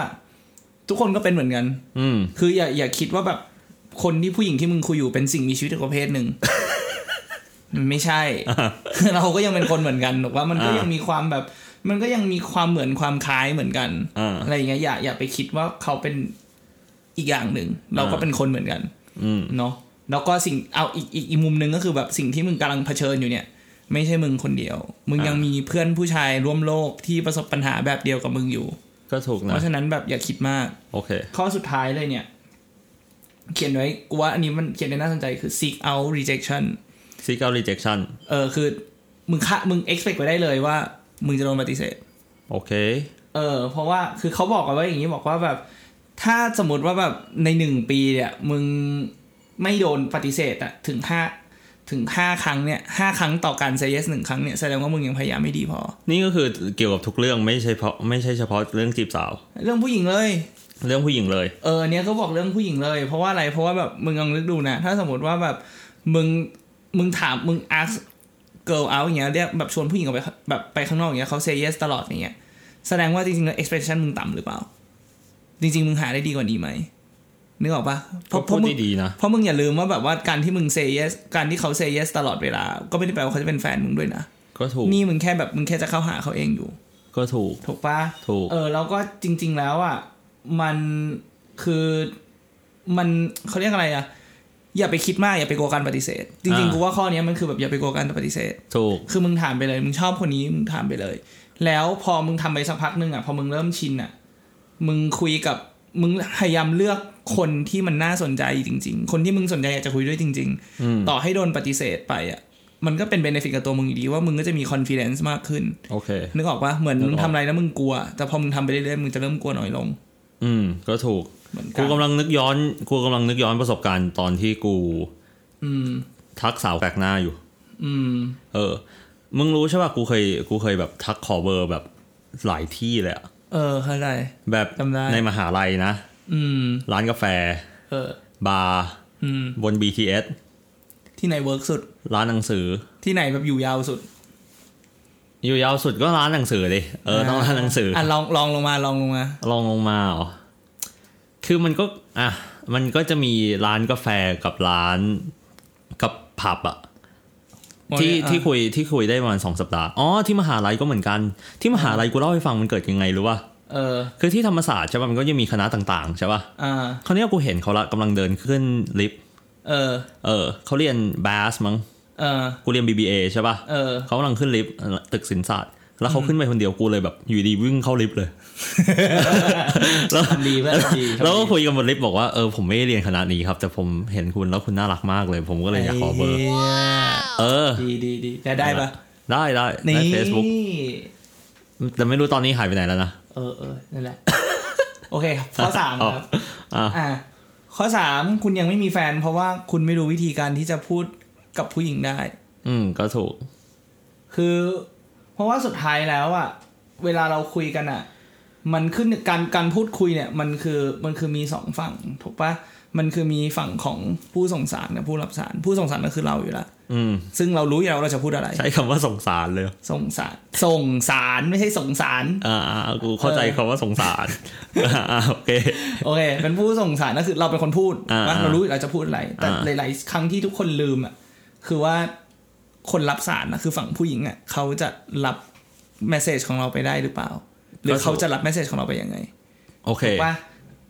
[SPEAKER 1] ทุกคนก็เป็นเหมือนกัน
[SPEAKER 2] อืม [LAUGHS]
[SPEAKER 1] คืออย่าอย่าคิดว่าแบบคนที่ผู้หญิงที่มึงคุยอยู่เป็นสิ่งมีชีวิตอีกประเภทหนึ่ง [LAUGHS] มันไม่ใช่ [LAUGHS] เราก็ยังเป็นคนเหมือนกันถูกว่ามันก็
[SPEAKER 2] อ่ายั
[SPEAKER 1] ยังมีความแบบ มันก็ยังมีความเหมือนความคล้ายเหมือนกัน
[SPEAKER 2] อ่า
[SPEAKER 1] อะไรอย่างเงี้ยอย่าอย่าไปคิดว่าเขาเป็นอีกอย่างหนึ่งเราก็
[SPEAKER 2] อ่า
[SPEAKER 1] เป็นคนเหมือนกัน
[SPEAKER 2] อืม
[SPEAKER 1] เนาะแล้วก็สิ่งเอาอีกอีกอีกมุมหนึ่งก็คือแบบสิ่งที่มึงกำลังเผชิญอยู่เนี่ย ไม่ใช่มึงคนเดียว มึง
[SPEAKER 2] อ่ายั
[SPEAKER 1] ยังมีเพื่อนผู้ชายร่วมโลกที่ประสบปัญหาแบบเดียวกับมึงอยู่
[SPEAKER 2] ก็ถูก
[SPEAKER 1] เพ
[SPEAKER 2] นะ
[SPEAKER 1] ราะฉะนั้นแบบอย่าคิดมาก
[SPEAKER 2] โอเค
[SPEAKER 1] ข้อสุดท้ายเลยเนี่ย เขียนไว้กูว่าอันนี้มันเขียนได้น่าสนใจคือ seek out rejection
[SPEAKER 2] seek out rejection
[SPEAKER 1] เออคือ มึงคะมึง expect ไว้ได้เลยว่า มึงจะโดนปฏิเสธ
[SPEAKER 2] โอเค
[SPEAKER 1] เออ เพราะว่าคือเขาบอกกันไว่าอย่างนี้บอกว่าแบบ ถ้าสมมติว่าแบบในหนึ่งปีเนี่ย มึงไม่โดนปฏิเสธอะถึงห้าถึงห้าครั้งเนี่ยห้าครั้งต่อการ say yes หนึ่งครั้งเนี่ยแสดงว่ามึงยังพยายามไม่ดีพอ
[SPEAKER 2] นี่ก็คือเกี่ยวกับทุกเรื่องไม่ใช่เพราะไม่ใช่เฉพาะเรื่องจีบสาว
[SPEAKER 1] เรื่องผู้หญิงเลย
[SPEAKER 2] เรื่องผู้หญิงเลย
[SPEAKER 1] เออเนี่ยก็บอกเรื่องผู้หญิงเลย เพราะว่าอะไรเพราะว่าแบบมึงลองนึกดูนะ ถ้าสมมติว่าแบบมึงมึงถามมึง ask girl out อย่างเงี้ยเรียกแบบชวนผู้หญิงออกไปแบบไปข้างนอกอย่างเงี้ยเขา say yes ตลอดอย่างเงี้ยแสดงว่าจริงๆแล้ว expectation มึงต่ำหรือเปล่า จริง ๆ มึงหาได้ดีกว่านี้ไหมนึกออกปะเพ
[SPEAKER 2] ก็
[SPEAKER 1] ราะเพ
[SPEAKER 2] พูด
[SPEAKER 1] ราะมึง
[SPEAKER 2] ดีๆนะ
[SPEAKER 1] เพราะมึงอย่าลืมว่าแบบว่าการที่มึง say yes การที่เขา say yes ตลอดเวลา ก็ไม่ได้แปลว่าเขาจะเป็นแฟนมึงด้วยนะ
[SPEAKER 2] ก็ถูก
[SPEAKER 1] นี่มึงแค่แบบมึงแค่จะเข้าหาเขาเองอยู่
[SPEAKER 2] ก็ถูก
[SPEAKER 1] ถูกปะ
[SPEAKER 2] ถูก
[SPEAKER 1] เออแล้วก็จริง ๆ แล้วอ่ะมันคือมันเขาเรียกอะไรอ่ะ อย่าไปคิดมากอย่าไปกลัวการปฏิเสธ จริงๆ
[SPEAKER 2] อ่ากู
[SPEAKER 1] กูว่าข้อเนี้ยมันคือแบบอย่าไปกลัวการปฏิเสธ
[SPEAKER 2] ถูก
[SPEAKER 1] คือมึงถามไปเลยมึงชอบคนนี้มึงถามไปเลย แล้วพอมึงทำไปสักพักหนึ่งอ่ะพอมึงเริ่มชินอ่ะมึงคุยกับมึงพยายามเลือกคนที่มันน่าสนใจจริง ๆ คนที่มึงสนใจอยากจะคุยด้วยจริง
[SPEAKER 2] อืม
[SPEAKER 1] ๆ ต่อให้โดนปฏิเสธไปอ่ะมันก็เป็นเบนฟิตกับตัวมึงอยู่ดีว่ามึงก็จะมีคอนฟ idence มากขึ้น
[SPEAKER 2] โอเค
[SPEAKER 1] นึกออกปะเหมือน
[SPEAKER 2] นึ
[SPEAKER 1] มึ
[SPEAKER 2] กออก
[SPEAKER 1] งทำอะไรแล้วมึงกลัว แต่พอมึงทำไปเรื่อยๆมึงจะเริ่มกลัวน้อยลง
[SPEAKER 2] อืม ก็ถูก
[SPEAKER 1] เหมือนกั
[SPEAKER 2] กู
[SPEAKER 1] น
[SPEAKER 2] กำลังนึกย้อน กูกำลังนึกย้อนประสบการณ์ตอนที่กู
[SPEAKER 1] อืม
[SPEAKER 2] ทักสาวแปลกหน้าอยู่
[SPEAKER 1] อืม
[SPEAKER 2] เออ มึงรู้ใช่ป่ะ กูเคย กูเคยแบบทักขอเบอร์แบบหลายที่เลยอะ
[SPEAKER 1] เออเข้าใจ
[SPEAKER 2] แบบ
[SPEAKER 1] จำได้
[SPEAKER 2] ในมหาลัยนะ
[SPEAKER 1] อืม
[SPEAKER 2] ร้านกาแฟ
[SPEAKER 1] เออ
[SPEAKER 2] บาร์
[SPEAKER 1] อืม
[SPEAKER 2] บน BTS
[SPEAKER 1] ที่ไหนเวิร์กสุด
[SPEAKER 2] ร้านหนังสือ
[SPEAKER 1] ที่ไหนแบบอยู่ยาวสุด
[SPEAKER 2] อยู่ยาวสุดก็ร้านหนังสือเลยเออต้องร้านหนังสืออ
[SPEAKER 1] อ่ะลองลองลงมาลองลงมา
[SPEAKER 2] ลองลงมาอ๋อคือมันก็อ่ะมันก็จะมีร้านกาแฟกับร้านกับผับอะที่ที่คุยที่คุยได้ประมาณสองสัปดาห์อ๋อที่มหาลัยก็เหมือนกัน ที่มหาลัยกูเล่าให้ฟังมันเกิดยังไงรู้ป่ะ
[SPEAKER 1] เออ
[SPEAKER 2] คือที่ธรรมศาสตร์ใช่ป่ะมันก็ยังมีคณะต่างๆใช่ป่ะ
[SPEAKER 1] อ่า
[SPEAKER 2] คราวเนี้ยกูเห็นเขาละกำลังเดินขึ้นลิฟต์
[SPEAKER 1] เออ
[SPEAKER 2] เออเขาเรียนบาสมั้ง
[SPEAKER 1] เออ
[SPEAKER 2] กูเรียน BBA ใช่ป่ะ
[SPEAKER 1] เออ
[SPEAKER 2] เขากำลังขึ้นลิฟต์ตึกศิลปศาสตร์แล้วเขาขึ้นไปคนเดียวกูเลยแบบอยู่ดีวิ่งเข้าลิฟต์เลย แล้ว
[SPEAKER 1] [LAUGHS] ทำดีเพื่อนทำดีทำดี
[SPEAKER 2] แล้วก็คุยกันบนลิฟต์บอกว่าเออผมไม่ได้เรียนคณะนี้ครับ แต่ผมเห็นคุณแล้วคุณน่ารักมากเลย ผมก็เลยอยากขอเบอร์
[SPEAKER 1] ไ
[SPEAKER 2] เออ
[SPEAKER 1] เหี้ยดีดีดีได้ได้ปะ
[SPEAKER 2] ได้ได้ใน
[SPEAKER 1] นี่
[SPEAKER 2] เฟซบุ๊กแต่ไม่รู้ตอนนี้หายไปไหนแล้วนะ
[SPEAKER 1] เออเออนั่นแหละ โอเคครับข้อสามครับ
[SPEAKER 2] อ่ะ
[SPEAKER 1] อ่ะข้อสามคุณยังไม่มีแฟน เพราะว่าคุณไม่รู้วิธีการที่จะพูดกับผู้หญิงได้
[SPEAKER 2] อืมก็ถูก
[SPEAKER 1] คือ เพราะว่าสุดท้ายแล้วอะเวลาเราคุยกันอะมันขึ้นการการพูดคุยเนี่ย มันคือมันคือมีสองฝั่งถูกปะมันคือมีฝั่งของผู้ส่งสารกับผู้รับสาร ผู้ส่งสารก็คือเราอยู่ละ
[SPEAKER 2] อืม
[SPEAKER 1] ซึ่งเรารู้อยู่แล้วเราจะพูดอะไร
[SPEAKER 2] ใช้คำว่าสงสารเลย
[SPEAKER 1] ส่งสารส่งสารไม่ใช่ส่งสาร
[SPEAKER 2] อ่าอ่ากูเข้าใจ
[SPEAKER 1] เออ
[SPEAKER 2] คำว่าสงสาร [LAUGHS] อ่าอ่าโอเค
[SPEAKER 1] โอเคเป็นผู้ส่งสารก็คือเราเป็นคนพูด
[SPEAKER 2] อ่า
[SPEAKER 1] ว่าเรารู้อยู่เราจะพูดอะไร แต่
[SPEAKER 2] อ่า
[SPEAKER 1] หลาย ๆ ครั้งที่ทุกคนลืมอ่ะคือว่าคนรับสารนะคือฝั่งผู้หญิงอ่ะเขาจะรับเมสเซจของเราไปได้หรือเปล่า หรือเขาจะรับเมสเซจของเราไปยังไง
[SPEAKER 2] โอเค
[SPEAKER 1] ว่า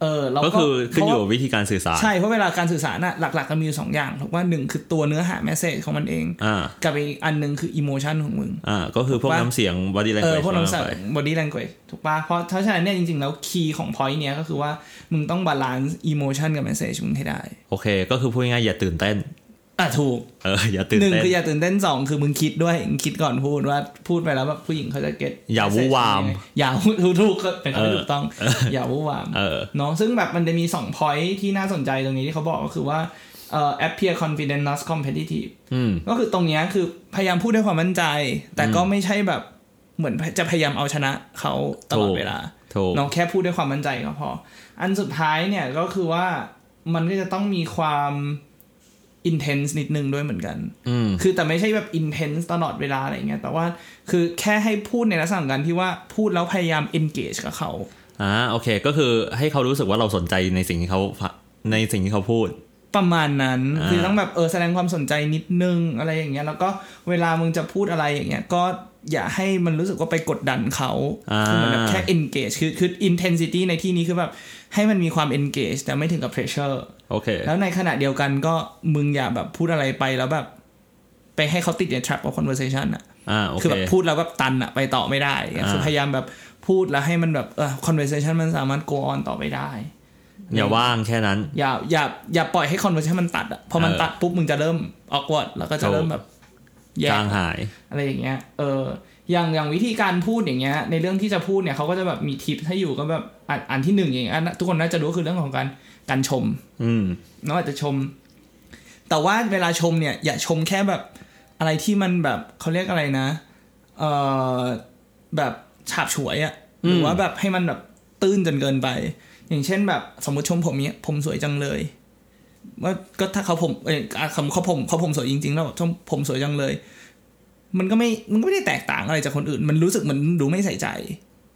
[SPEAKER 1] เออเรา
[SPEAKER 2] ก็คือขึ้นอยู่
[SPEAKER 1] เพราะ
[SPEAKER 2] กับวิธีการสื่อสาร
[SPEAKER 1] ใช่เพราะเวลาการสื่อสารน่ะหลัก ๆ ก็มีอยู่สองอย่างถูกว่าหนึ่งคือตัวเนื้อหาเมสเซจของมันเอง
[SPEAKER 2] อ่า
[SPEAKER 1] กับอีกอันหนึ่งคืออิโมชันของมึง
[SPEAKER 2] อ่า ก็คือพวก
[SPEAKER 1] ว่า
[SPEAKER 2] น้ำเสียง body
[SPEAKER 1] เอ
[SPEAKER 2] language
[SPEAKER 1] อพวกน้ำสั่ง
[SPEAKER 2] ไป
[SPEAKER 1] body language ถูกปะเพราะเพราะฉะนั้นเนี่ยจริงๆแล้วคีย์ของพอยต์เนี้ยก็คือว่ามึงต้องบาลานซ์อิโมชันกับเมสเซจมึงให้ได้
[SPEAKER 2] โอเค ก็คือพูดง่ายๆอย่าตื่นเต้น
[SPEAKER 1] อ่ะถูก
[SPEAKER 2] เออ [LAUGHS] อย่าตื่น
[SPEAKER 1] หนึ่ง
[SPEAKER 2] เต้น
[SPEAKER 1] คืออย่าตื่นเต้นสองคือมึงคิดด้วยมึงคิดก่อนพูดว่าพูดไปแล้วแบบผู้หญิงเขาจะเก็ต
[SPEAKER 2] อย่าวู่วาม
[SPEAKER 1] อย่าวู่ถูกถูกก็เป็นคำที่ถูกต้อง อย่าวู่วาม
[SPEAKER 2] เออ
[SPEAKER 1] เนาะซึ่งแบบมันจะมีสองพอยที่น่าสนใจตรงนี้ที่เขาบอกก็คือว่าเอ่อ appear confident not competitive
[SPEAKER 2] อืม
[SPEAKER 1] ก็คือตรงเนี้ยคือพยายามพูดด้วยความมั่นใจ แต่ก็ไม่ใช่แบบเหมือนจะพยายามเอาชนะเขาตลอด
[SPEAKER 2] ถูก
[SPEAKER 1] เวลา
[SPEAKER 2] ถูก
[SPEAKER 1] น้องแค่พูดด้วยความมั่นใจก็พอ อันสุดท้ายเนี่ยก็คือว่ามันก็จะต้องมีความ intense นิดนึงด้วยเหมือนกัน
[SPEAKER 2] อืม
[SPEAKER 1] คือแต่ไม่ใช่แบบ intense ตลอดเวลาอะไรเงี้ย แต่ว่าคือแค่ให้พูดในลักษณะของการที่ว่าพูดแล้วพยายาม engage กับเขา
[SPEAKER 2] อ่า โอเค ก็คือให้เขารู้สึกว่าเราสนใจในสิ่งที่เขาในสิ่งที่เขาพูด
[SPEAKER 1] ประมาณนั้น
[SPEAKER 2] อ่า
[SPEAKER 1] คือต้องแบบเออแสดงความสนใจนิดนึงอะไรอย่างเงี้ย แล้วก็เวลามึงจะพูดอะไรอย่างเงี้ย ก็อย่าให้มันรู้สึกว่าไปกดดันเขา
[SPEAKER 2] อ่า
[SPEAKER 1] คือเหมันแบบแค่ engage คือคือ intensity ในที่นี้คือแบบให้มันมีความ engage แต่ไม่ถึงกับ pressure
[SPEAKER 2] โอเค
[SPEAKER 1] แล้วในขณะเดียวกันก็มึงอย่าแบบพูดอะไรไปแล้วแบบ ไปให้เขาติดใน trap of conversation อะ
[SPEAKER 2] อ่า โอเค
[SPEAKER 1] คือแบบพูดแล้วแบบตันอะไปต่อไม่ได้อย่างเงี้ย
[SPEAKER 2] อ่า
[SPEAKER 1] คือพยายามแบบพูดแล้วให้มันแบบเออ conversation มันสามารถ go on ต่อไปได้
[SPEAKER 2] อย่าว่างแค่นั้น
[SPEAKER 1] อย่าอย่าอย่าปล่อยให้ conversation มันตัดอะพอมัน
[SPEAKER 2] เออ
[SPEAKER 1] ตัดปุ๊บมึงจะเริ่ม awkward แล้วก็จะ
[SPEAKER 2] ถูก
[SPEAKER 1] เริ่มแบบแย่
[SPEAKER 2] จางหาย
[SPEAKER 1] อะไรอย่างเงี้ย เออ อย่างอย่างวิธีการพูดอย่างเงี้ย ในเรื่องที่จะพูดเนี่ยเขาก็จะแบบมีทิปให้อยู่ก็แบบอันอันที่หนึ่งอย่างเงี้ยอันทุกคนน่าจะรู้คือเรื่องของการการชม
[SPEAKER 2] อืม
[SPEAKER 1] น้องอาจจะชม แต่ว่าเวลาชมเนี่ย อย่าชมแค่แบบอะไรที่มันแบบเขาเรียกอะไรนะ เอ่อแบบฉาบฉวยอะหรือว่าแบบให้มันแบบตื้นจนเกินไป อย่างเช่นแบบสมมติชมผมเนี้ยผมสวยจังเลย ว่าก็ถ้าเขาผมเอออ่ะคำเขาผมเขาผมสวยจริงๆแล้วแบบชมผมสวยจังเลย มันก็ไม่มันก็ไม่ได้แตกต่างอะไรจากคนอื่น มันรู้สึกเหมือนดูไม่ใส่ใจ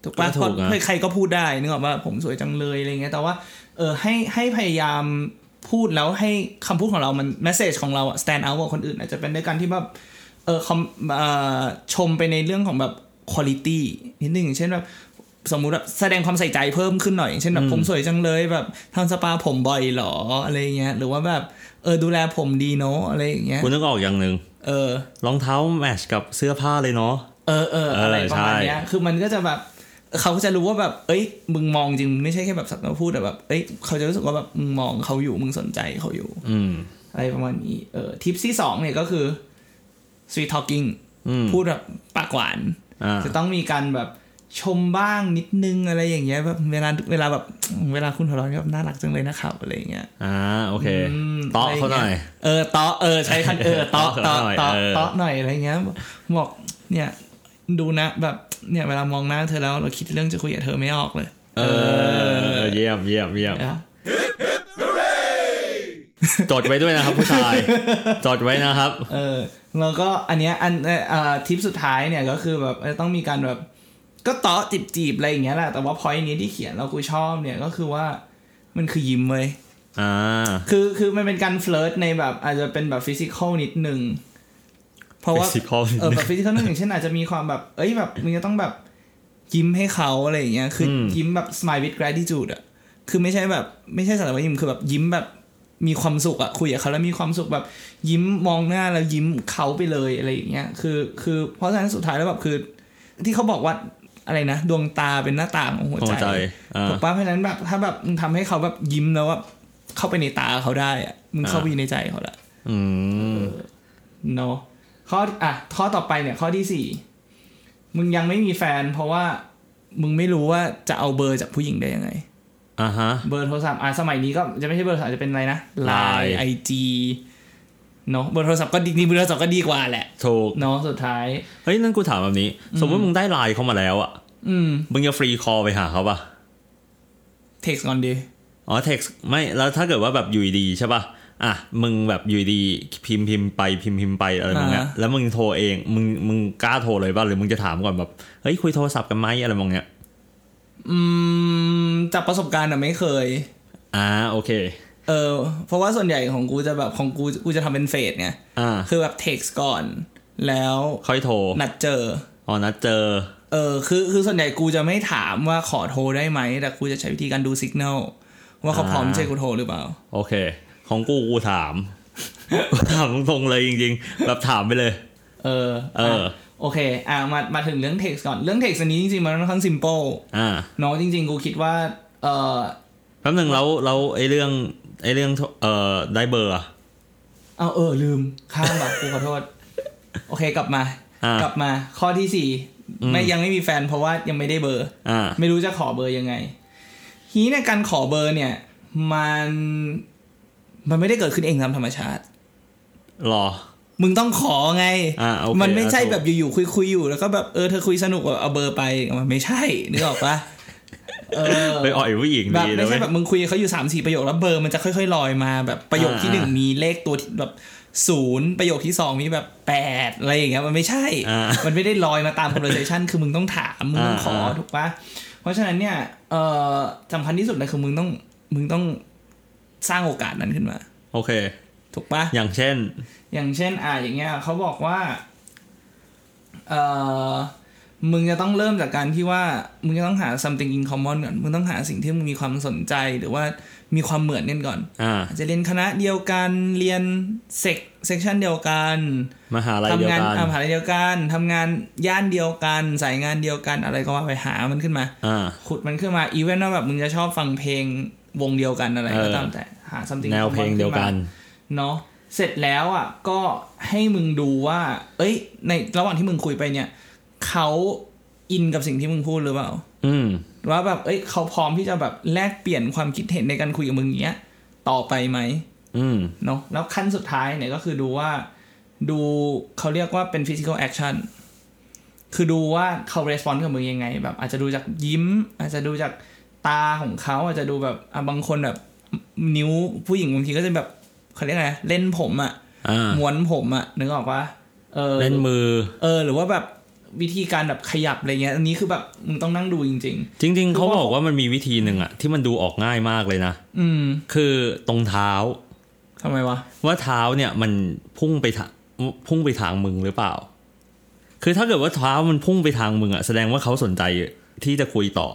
[SPEAKER 1] ถูกปะ
[SPEAKER 2] ก็ถูกนะ
[SPEAKER 1] เพราะใครก็พูดได้นึกออกว่าผมสวยจังเลยอะไรเงี้ยแต่ว่า เออให้ให้พยายามพูดแล้วให้คำพูดของเรามันแมสเซจของเราอะ stand out กว่าคนอื่น อาจจะเป็นด้วยการที่แบบเออคำเอ่อชมไปในเรื่องของแบบ quality นิดนึงอย่างเช่นแบบสมมุติแบบแสดงความใส่ใจเพิ่มขึ้นหน่อยอย่างเช่นแบบผมสวยจังเลยแบบทำสปาผมบ่อยเหรออะไรเงี้ยหรือว่าแบบเออดูแลผมดีเนาะอะไรอย่างเงี้ย
[SPEAKER 2] กูนึกออกอย่างหนึ่ง
[SPEAKER 1] เออ
[SPEAKER 2] รองเท้าแมทชกับเสื้อผ้าเลยเนาะ
[SPEAKER 1] เออเออ
[SPEAKER 2] เอออ
[SPEAKER 1] อะไรประมาณ
[SPEAKER 2] ใช่
[SPEAKER 1] เนี้ย คือมันก็จะแบบเขาก็จะรู้ว่าแบบ เอ้ย มึงมองจริง ไม่ใช่แค่แบบสักแต่พูดแต่แบบ เอ้ย เขาจะรู้สึกว่าแบบมึงมองเขาอยู่ มึงสนใจเขาอยู่
[SPEAKER 2] อืม
[SPEAKER 1] อะไรประมาณนี้ เออ ทิปที่สองเนี่ยก็คือ sweet talking
[SPEAKER 2] อืม
[SPEAKER 1] พูดแบบปากหวาน
[SPEAKER 2] อ่า
[SPEAKER 1] จะต้องมีการแบบชมบ้างนิดนึงอะไรอย่างเงี้ย แบบเวลาเวลาแบบเวลาคุณหัวเราะแบบน่ารักจังเลยนะครับอะไรอย่างเงี้ย
[SPEAKER 2] อ่าโอเค
[SPEAKER 1] อืม
[SPEAKER 2] เตาะ
[SPEAKER 1] ะไร
[SPEAKER 2] เขาหน่อย
[SPEAKER 1] เออเตาะเออใช้คันเออเตาะเตาะเตาะ
[SPEAKER 2] เออ
[SPEAKER 1] เตาะหน่อยอะไรเงี้ยบอกเนี่ยดูนะแบบเนี่ยเวลามองหน้าเธอแล้วเราคิดเรื่องจะคุยกับเธอไม่ออกเลย
[SPEAKER 2] เออเยี่ยมเยี่ยมเยี่ยม
[SPEAKER 1] นะ
[SPEAKER 2] จดไว้ด้วยนะครับ ผู้ช [LAUGHS] ายจดไว้นะครับ
[SPEAKER 1] เออแล้วก็อันเนี้ยอันเอ่อเอ่อทิปสุดท้ายเนี่ยก็คือแบบเออต้องมีการแบบ ก็เตาะจีบจีบๆอะไรอย่างเงี้ยแหละแต่ว่าพอยนี้ที่เขียนเรากูชอบเนี่ยก็คือว่ามันคือยิ้มเลย
[SPEAKER 2] อ่า
[SPEAKER 1] คือคือมันเป็นการเฟลิร์ตในแบบอาจจะเป็นแบบฟิสิกอลนิดนึงเพราะว่า
[SPEAKER 2] physical
[SPEAKER 1] เออแบบฟิสิกอลนิดนึงอย่างเช่นอาจจะมีความแบบ เอ้ยแบบมึงจะต้องแบบ ยิ้มให้เขาอะไรอย่างเงี้ยคืออ
[SPEAKER 2] ม
[SPEAKER 1] ยิ้มแบบ smile with gratitude อะคือไม่ใช่แบบไม่ใช่สารวัตรยิ้มคือแบบยิ้มแบบมีความสุขอะคุยกับเขาแล้วมีความสุขแบบยิ้มมองหน้าแล้วยิ้มเขาไปเลยอะไรอย่างเงี้ยคือคือเพราะฉะนั้นสุดท้ายแล้วแบบคือ ที่เขาบอกว่าอะไรนะ ดวงตาเป็นหน้าต่างของหัว
[SPEAKER 2] หัวใจ
[SPEAKER 1] ใจ
[SPEAKER 2] อ่า
[SPEAKER 1] ถูกปะเพราะฉะนั้นแบบถ้าแบบมึงทำให้เขาแบบยิ้มแล้วแบบเข้าไปในตาเขาได้อะมึงเข้า
[SPEAKER 2] อ่า
[SPEAKER 1] ไปอยู่ในใจเขาละ
[SPEAKER 2] อืม
[SPEAKER 1] เนาะข้ออ่ะข้อต่อไปเนี่ยข้อที่สี่มึงยังไม่มีแฟน เพราะว่ามึงไม่รู้ว่าจะเอาเบอร์จากผู้หญิงได้ยังไง
[SPEAKER 2] อ่าฮะ
[SPEAKER 1] เบอร์โทรศัพท์อ่ะสมัยนี้ก็จะไม่ใช่เบอร์โทรศัพท์จะเป็นอะไรนะ
[SPEAKER 2] Line
[SPEAKER 1] ไอจีเนาะเบอร์โทรศัพท์ก็ดีนี่เบอร์โทรศัพท์ก็ดีกว่าแหละ
[SPEAKER 2] ถูก
[SPEAKER 1] เนาะสุดท้าย
[SPEAKER 2] เฮ้ยนั่นกูถามแบบนี้ สมมติมึงได้ไลน์เข้ามาแล้วอ่ะ
[SPEAKER 1] อืม
[SPEAKER 2] มึงจะฟรีคอลไปหาเขาป่ะ
[SPEAKER 1] เท็กซ์ก่อนดี
[SPEAKER 2] อ๋อ text ไม่ แล้วถ้าเกิดว่าแบบอยู่ดีๆใช่ป่ะ อ่ะ มึงแบบอยู่ดีๆพิมพ์พิมพ์ไปพิมพ์พิมพ์ไปอะไรแบบเนี้ยแล้วมึงโทรเอง มึงมึงกล้าโทรเลยป่ะ หรือมึงจะถามก่อนแบบ เฮ้ยคุยโทรศัพท์กันไหมอะไรแบบเนี้ย
[SPEAKER 1] อืมจากประสบการณ์อะไม่เคย
[SPEAKER 2] อ่า โอเค
[SPEAKER 1] เออเพราะว่าส่วนใหญ่ของกูจะแบบของกูกูจะทำเป็นเฟสไง
[SPEAKER 2] อ่า
[SPEAKER 1] คือแบบเท็กซ์ก่อนแล้ว
[SPEAKER 2] ค่อยโทร
[SPEAKER 1] นัดเจอ
[SPEAKER 2] อ๋อ นัดเจอ
[SPEAKER 1] เออคือคือส่วนใหญ่กูจะไม่ถามว่าขอโทรได้ไหม แต่กูจะใช้วิธีการดูสัญญาณว่าเขาพร้อม
[SPEAKER 2] อ่า
[SPEAKER 1] ใช่กูโทรหรือเปล่า
[SPEAKER 2] โอเค ของกูกูถาม [LAUGHS] ถามตรงๆเลยจริงๆ แบบถามไปเลย
[SPEAKER 1] เออ
[SPEAKER 2] เออ
[SPEAKER 1] ะโอเค อ่ะมามาถึงเรื่องเท็กซ์ก่อนเรื่องเท็กซ์อันนี้จริงๆมันค่อนข้างซิมเปิล
[SPEAKER 2] อ่า
[SPEAKER 1] เนาะจริง ๆ กูคิดว่าเออ
[SPEAKER 2] แป๊บหนึ่งแล้วแล้วไอ้เรื่องไอ้เรื่องโทรเอ่อได้เบอร์อะ
[SPEAKER 1] เอาเออลืมข้าม [LAUGHS] แบบกูขอโทษ โอเคกลับมา
[SPEAKER 2] อ่าก
[SPEAKER 1] ลับมาข้อที่สี่ไม่ยังไม่มีแฟนเพราะว่ายังไม่ได้เบอร์
[SPEAKER 2] อ่า
[SPEAKER 1] ไม่รู้จะขอเบอร์ยังไง ทีนี้ในการขอเบอร์เนี่ย มันมันไม่ได้เกิดขึ้นเองตามธรรมชาติ
[SPEAKER 2] รอ
[SPEAKER 1] มึงต้องขอไง
[SPEAKER 2] อ่าโอเค
[SPEAKER 1] มันไม่ใช่
[SPEAKER 2] อ่ะ
[SPEAKER 1] แบบอยู่ๆคุยๆอยู่ แล้วก็แบบเออเธอคุยสนุกอะเอาเบอร์ไปมันไม่ใช่นึกออกปะเออ
[SPEAKER 2] ไปอ่อยผู้หญิง
[SPEAKER 1] แบ
[SPEAKER 2] ดี
[SPEAKER 1] บ
[SPEAKER 2] นะ
[SPEAKER 1] ไม่
[SPEAKER 2] เว้
[SPEAKER 1] ใช่
[SPEAKER 2] ย
[SPEAKER 1] แบบมึงคุยกับเขาอยู่สามสี่ประโยคแล้วเบอร์มันจะค่อยๆลอยมาแบบประโยคที่หนึ่ง
[SPEAKER 2] อ่ามี
[SPEAKER 1] มีเลขตัวที่แบบศูนย์ประโยคที่สองมีแบบแปดอะไรอย่างเงี้ยมันไม่ใช่
[SPEAKER 2] อ่า
[SPEAKER 1] มันไม่ได้ลอยมาตาม conversation คือมึงต้องถามมึงต้องขออา ถูกปะเพราะฉะนั้นเนี่ยเออสำคัญที่สุดเลยคือมึงต้องมึงต้องสร้างโอกาสนั้นขึ้นมา
[SPEAKER 2] โอเค
[SPEAKER 1] ถูกปะ
[SPEAKER 2] อย่างเช่น
[SPEAKER 1] อย่างเช่น อ่าอย่างเงี้ยเขาบอกว่า เออมึงจะต้องเริ่มจากการที่ว่า มึงจะต้องหา something in common ก่อน มึงต้องหาสิ่งที่มึงมีความสนใจหรือว่ามีความเหมือนกันก่อน
[SPEAKER 2] อ่า
[SPEAKER 1] อาจจะเรียนคณะเดียวกัน เรียนเซกเซกชันเดียวกัน
[SPEAKER 2] มหาลัยเดี
[SPEAKER 1] ทำ
[SPEAKER 2] ยว
[SPEAKER 1] งาน
[SPEAKER 2] กัน
[SPEAKER 1] อ่ามหาลัยเดียวกันทำงานย่านเดียวกัน สายงานเดียวกัน อะไรก็ว่าไปหามันขึ้นมา
[SPEAKER 2] อ่า
[SPEAKER 1] ขุดมันขึ้นมาอีเวนต์ว่าแบบมึงจะชอบฟังเพลงวงเดียวกันอะไรก็ตามแต่หา something in
[SPEAKER 2] แนว
[SPEAKER 1] common
[SPEAKER 2] เพลงเดียวกั
[SPEAKER 1] ขึ้น
[SPEAKER 2] น
[SPEAKER 1] มา เนาะเสร็จแล้วอ่ะก็ให้มึงดูว่า เอ้ย ในระหว่างที่มึงคุยไปเนี่ยเขาอินกับสิ่งที่มึงพูดหรือเปล่า
[SPEAKER 2] อืม
[SPEAKER 1] ว่าแบบเอ้ยเขาพร้อมที่จะแบบแลกเปลี่ยนความคิดเห็นในการคุยกับมึงอย่างเงี้ย ต่อไปไหม
[SPEAKER 2] อืม
[SPEAKER 1] เนาะแล้วขั้นสุดท้ายเนี่ยก็คือดูว่าดูเขาเรียกว่าเป็น physical action คือดูว่าเขา respond กับมึงยังไง แบบ อาจจะดูจากยิ้ม อาจจะดูจากตาของเขาอาจจะดูแบบอ่ะบางคนแบบนิ้วผู้หญิงบางทีก็จะแบบเขาเรียกไงเล่นผมอ่ะ
[SPEAKER 2] อ่า
[SPEAKER 1] ม้วนผมอะนึกออกปะเออ
[SPEAKER 2] เล่นมือ
[SPEAKER 1] เออ หรือว่าแบบวิธีการแบบขยับอะไรเงี้ย อันนี้คือแบบมึงต้องนั่งดูจริง
[SPEAKER 2] จริง
[SPEAKER 1] คือ
[SPEAKER 2] ๆเขา
[SPEAKER 1] ว่า
[SPEAKER 2] บอกว่ามันมีวิธีหนึ่งอะที่มันดูออกง่ายมากเลยนะ
[SPEAKER 1] ๆ อืม
[SPEAKER 2] คือตรงเท้า
[SPEAKER 1] ทำไมวะ
[SPEAKER 2] ว่าเท้าเนี่ยมันพุ่งไปทางพุ่งไปทางมึงหรือเปล่า คือถ้าเกิดว่าเท้ามันพุ่งไปทางมึงอะแสดงว่าเขาสนใจที่จะคุยต่อ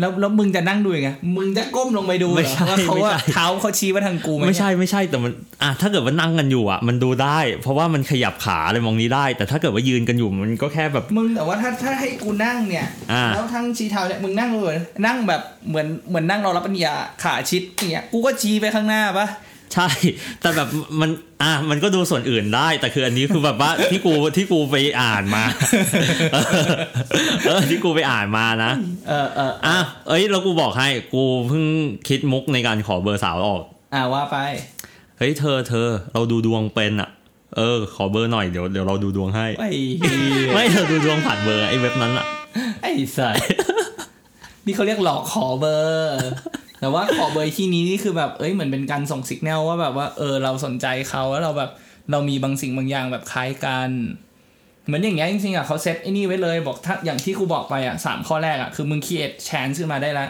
[SPEAKER 1] แล้วแล้วมึงจะนั่งดูยังไง มึงจะก้มลงไปดูเหรอ
[SPEAKER 2] ไม่
[SPEAKER 1] ว่า
[SPEAKER 2] ใช่
[SPEAKER 1] เขาว่า
[SPEAKER 2] ไม่ใช่
[SPEAKER 1] เท้าเขาชี้มาทางกูไหม
[SPEAKER 2] ไม่ใช่ไม่ใช่แต่มันอ่ะถ้าเกิดว่านั่งกันอยู่อะมันดูได้ เพราะว่ามันขยับขาอะไรมองนี้ได้ แต่ถ้าเกิดว่ายืนกันอยู่มันก็แค่แบบ
[SPEAKER 1] มึงแต่ว่าถ้าถ้าให้กูนั่งเนี่ย
[SPEAKER 2] อ่า
[SPEAKER 1] แล้วทั้งชี้เท้าเนี่ยมึงนั่งเลยนั่งแบบเหมือนเหมือนนั่งรอรับปัญญาขาชิดอย่างเงี้ยกูก็ชี้ไปข้างหน้าปะ
[SPEAKER 2] ใช่ [LAUGHS] แต่แบบมันอ่ะมันก็ดูส่วนอื่นได้ แต่คืออันนี้คือแบบว่า [LAUGHS] ที่กูที่กูไปอ่านมา [LAUGHS] เออเออที่กูไปอ่านมานะ
[SPEAKER 1] เออเออ
[SPEAKER 2] อ่ะเอ้ยแล้วกูบอกให้กูเพิ่งคิดมุกในการขอเบอร์สาวออก
[SPEAKER 1] อ่าว่าไป
[SPEAKER 2] เฮ้ยเธอเธอเราดูดวงเป็นอะเออ ขอเบอร์หน่อยเดี๋ยวเดี๋ยวเราดูดวงให้ [LAUGHS]
[SPEAKER 1] ไอ้เหี้ย
[SPEAKER 2] ไม่เราดูดวงผ่านเบอร์ไอ้เว็บนั้นอะ
[SPEAKER 1] ไอ้สัส [LAUGHS] นี่เขาเรียกหลอกขอเบอร์ แต่ว่าขอเบอร์ที่นี้นี่คือแบบเอ้ยเหมือนเป็นการส่งสัญญาณว่าแบบว่าเออเราสนใจเขาแล้วเราแบบเรามีบางสิ่งบางอย่างแบบคล้ายกัน เหมือนอย่างเงี้ยจริงๆอ่ะเขาเซตไอ้นี่ไว้เลยบอกถ้าอย่างที่ครูบอกไปอ่ะสามข้อแรกอ่ะคือมึง create chance ขึ้นมาได้ละ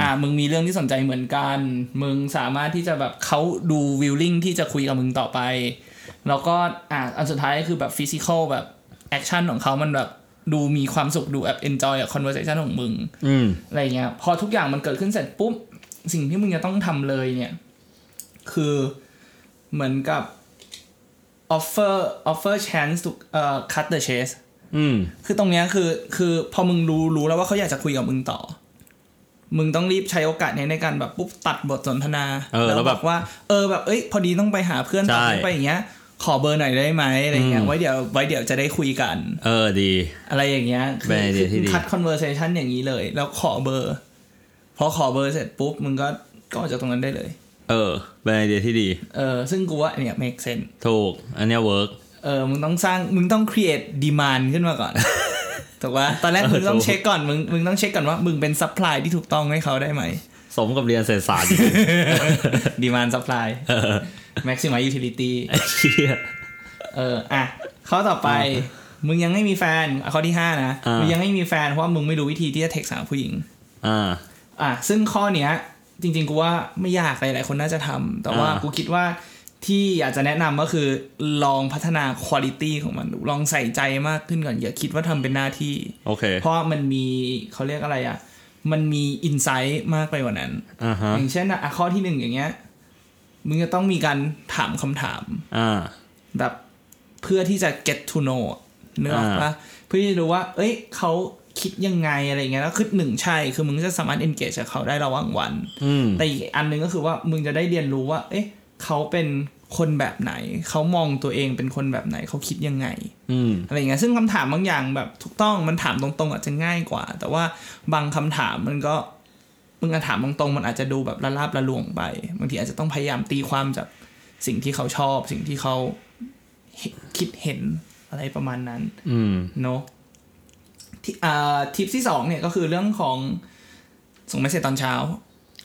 [SPEAKER 1] อ่ามึงมีเรื่องที่สนใจเหมือนกัน มึงสามารถที่จะแบบเขาดู willing ที่จะคุยกับมึงต่อไป แล้วก็อ่าอันสุดท้ายคือแบบ physical แบบ action ของเขามันแบบ ดูมีความสุขดูแบบ enjoy กับ conversation ของมึง
[SPEAKER 2] อืม
[SPEAKER 1] อะไรเงี้ยพอทุกอย่างมันเกิดขึ้นเสร็จปุ๊บสิ่งที่มึงจะต้องทำเลยเนี่ย คือเหมือนกับ offer offer chance to เอ่อ cut the chase
[SPEAKER 2] อืม
[SPEAKER 1] คือตรงเนี้ยคือคือพอมึงรู้รู้แล้วว่าเขาอยากจะคุยกับมึงต่อ มึงต้องรีบใช้โอกาสนี้ในการแบบปุ๊บตัดบทสนทนา
[SPEAKER 2] เออแล้วแบบ
[SPEAKER 1] ว่า เออแบบเอ้ยพอดีต้องไปหาเพื่อนตอ
[SPEAKER 2] ใช่
[SPEAKER 1] นนี้ไปอย่างเงี้ย ขอเบอร์หน่อยได้ไหมอะไรเงี้ย
[SPEAKER 2] อืม
[SPEAKER 1] ไว้เดี๋ยวไว้เดี๋ยวจะได้คุยกัน
[SPEAKER 2] เออดี
[SPEAKER 1] อะไรอย่างเงี้ย
[SPEAKER 2] เป็นไอเดียที่ดี
[SPEAKER 1] คัด conversation อย่างนี้เลย แล้วขอเบอร์ พอขอเบอร์เสร็จปุ๊บ มึงก็ก็ออกจากตรงนั้นได้เลย
[SPEAKER 2] เออเป็นไอเดียที่ดี
[SPEAKER 1] เออซึ่งกูว่าเนี่ย make sense
[SPEAKER 2] ถูก อันเนี้ยเวิร์ก
[SPEAKER 1] เออ มึงต้องสร้าง มึงต้อง create demand ขึ้นมาก่
[SPEAKER 2] [LAUGHS]
[SPEAKER 1] อน ถูกว่า ตอนแรก
[SPEAKER 2] เออ
[SPEAKER 1] มึงต้อ
[SPEAKER 2] ถู
[SPEAKER 1] ง
[SPEAKER 2] ก
[SPEAKER 1] เช็คก่อน มึง มึงต้องเช็คก่อนว่า มึงเป็น supply ที่ถูกต้องให้เขาได้
[SPEAKER 2] [LAUGHS]
[SPEAKER 1] ไหม
[SPEAKER 2] สมกับเรียนเศรษฐศาสตร์
[SPEAKER 1] demand supply
[SPEAKER 2] [LAUGHS] เออ
[SPEAKER 1] maximize utility
[SPEAKER 2] ไอ้เชี่ย
[SPEAKER 1] เออ อ่ะ ข้อต่อไป มึงยังไม่มีแฟนอ่ะข้อที่ห้านะ
[SPEAKER 2] อ่ามึ
[SPEAKER 1] มึงยังไม่มีแฟนเพราะว่ามึงไม่รู้วิธีที่จะ text หาผู้หญิง
[SPEAKER 2] อ่า
[SPEAKER 1] อ่ะซึ่งข้อเนี้ย จริง ๆ กูว่าไม่ยากหลายๆคนน่าจะทำแต่ว่า
[SPEAKER 2] อ่ากู
[SPEAKER 1] กูคิดว่าที่อยากจะแนะนำก็คือลองพัฒนาคุณ i t y ของมันดูลองใส่ใจมากขึ้นก่อน อย่าคิดว่าทำเป็นหน้าที่
[SPEAKER 2] โอเค
[SPEAKER 1] เพราะมันมีเขาเรียกอะไรอ่ะ มันมีอินไซต์มากไปกว่านั้น
[SPEAKER 2] อ่าฮะ
[SPEAKER 1] อย่างเช่นอะอ่ะข้อที่หนึ่งอย่างเงี้ยมึงจะต้องมีการถามคำถาม
[SPEAKER 2] อ่า
[SPEAKER 1] แบบเพื่อที่จะ get to know อะเนื้อออกปะเพื่อที่จะรู้ว่า เอ้ยเขาคิดยังไงอะไรเงี้ยแล้วคือหนึ่งใช่ คือมึงจะสามารถ engage กับเขาได้ระหว่างวัน
[SPEAKER 2] อืม
[SPEAKER 1] แต่อีกอันหนึ่งก็คือว่ามึงจะได้เรียนรู้ว่า เอ๊ะเขาเป็นคนแบบไหน เขามองตัวเองเป็นคนแบบไหน เขาคิดยังไง
[SPEAKER 2] อืม
[SPEAKER 1] อะไรเงี้ย ซึ่งคำถามบางอย่างแบบถูกต้องมันถามตรงๆอาจจะง่ายกว่า แต่ว่าบางคำถามมันก็มึงอาจถามตรงๆมันอาจจะดูแบบละลาบละลวงไปบางทีอาจจะต้องพยายามตีความจากสิ่งที่เขาชอบ สิ่งที่เขาเห็นคิดเห็นอะไรประมาณนั้น
[SPEAKER 2] อืม
[SPEAKER 1] เนาะที่อ่าทิปที่สองเนี่ยก็คือเรื่องของส่งเมสเซจตอนเช้า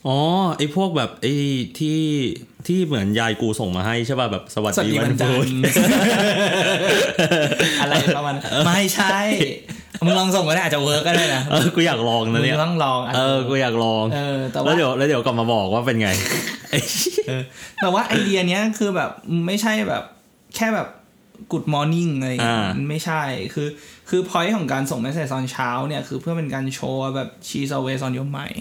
[SPEAKER 2] อ๋อ ไอ้พวกแบบไอ้ที่ที่เหมือนยายกูส่งมาให้ใช่ป่ะแบบสวัส
[SPEAKER 1] สวัส
[SPEAKER 2] ดี
[SPEAKER 1] ดี
[SPEAKER 2] วั
[SPEAKER 1] วัน นจั
[SPEAKER 2] พุ
[SPEAKER 1] นท
[SPEAKER 2] ธ [LAUGHS]
[SPEAKER 1] ร์ อะไรประมาณนั้นไม่ใช่ มึงลองส่งก็ได้อาจจะเวิร์กก็ได้นะ
[SPEAKER 2] เออ กูอยากลอง
[SPEAKER 1] มึ
[SPEAKER 2] นะ
[SPEAKER 1] ง
[SPEAKER 2] เนี่ย
[SPEAKER 1] ต้องลองอาจ
[SPEAKER 2] เอ
[SPEAKER 1] จะ
[SPEAKER 2] อ
[SPEAKER 1] วิร์ก
[SPEAKER 2] กูอยากลอง
[SPEAKER 1] เออ
[SPEAKER 2] แล้ว
[SPEAKER 1] แต่่าว
[SPEAKER 2] เดี๋ยวแล้วเดี๋ยวกลับมาบอกว่าเป็นไง
[SPEAKER 1] แต่ว่าไอเดียเนี้ยคือแบบไม่ใช่แบบแค่แบบ Good Morning อะไรอย่างเงี้ย
[SPEAKER 2] อ่ามั
[SPEAKER 1] นไม่ใช่คือคือ point ของการส่ง message ตอนเช้าเนี่ย คือเพื่อเป็นการโชว์ว่าแบบ she's always on your mind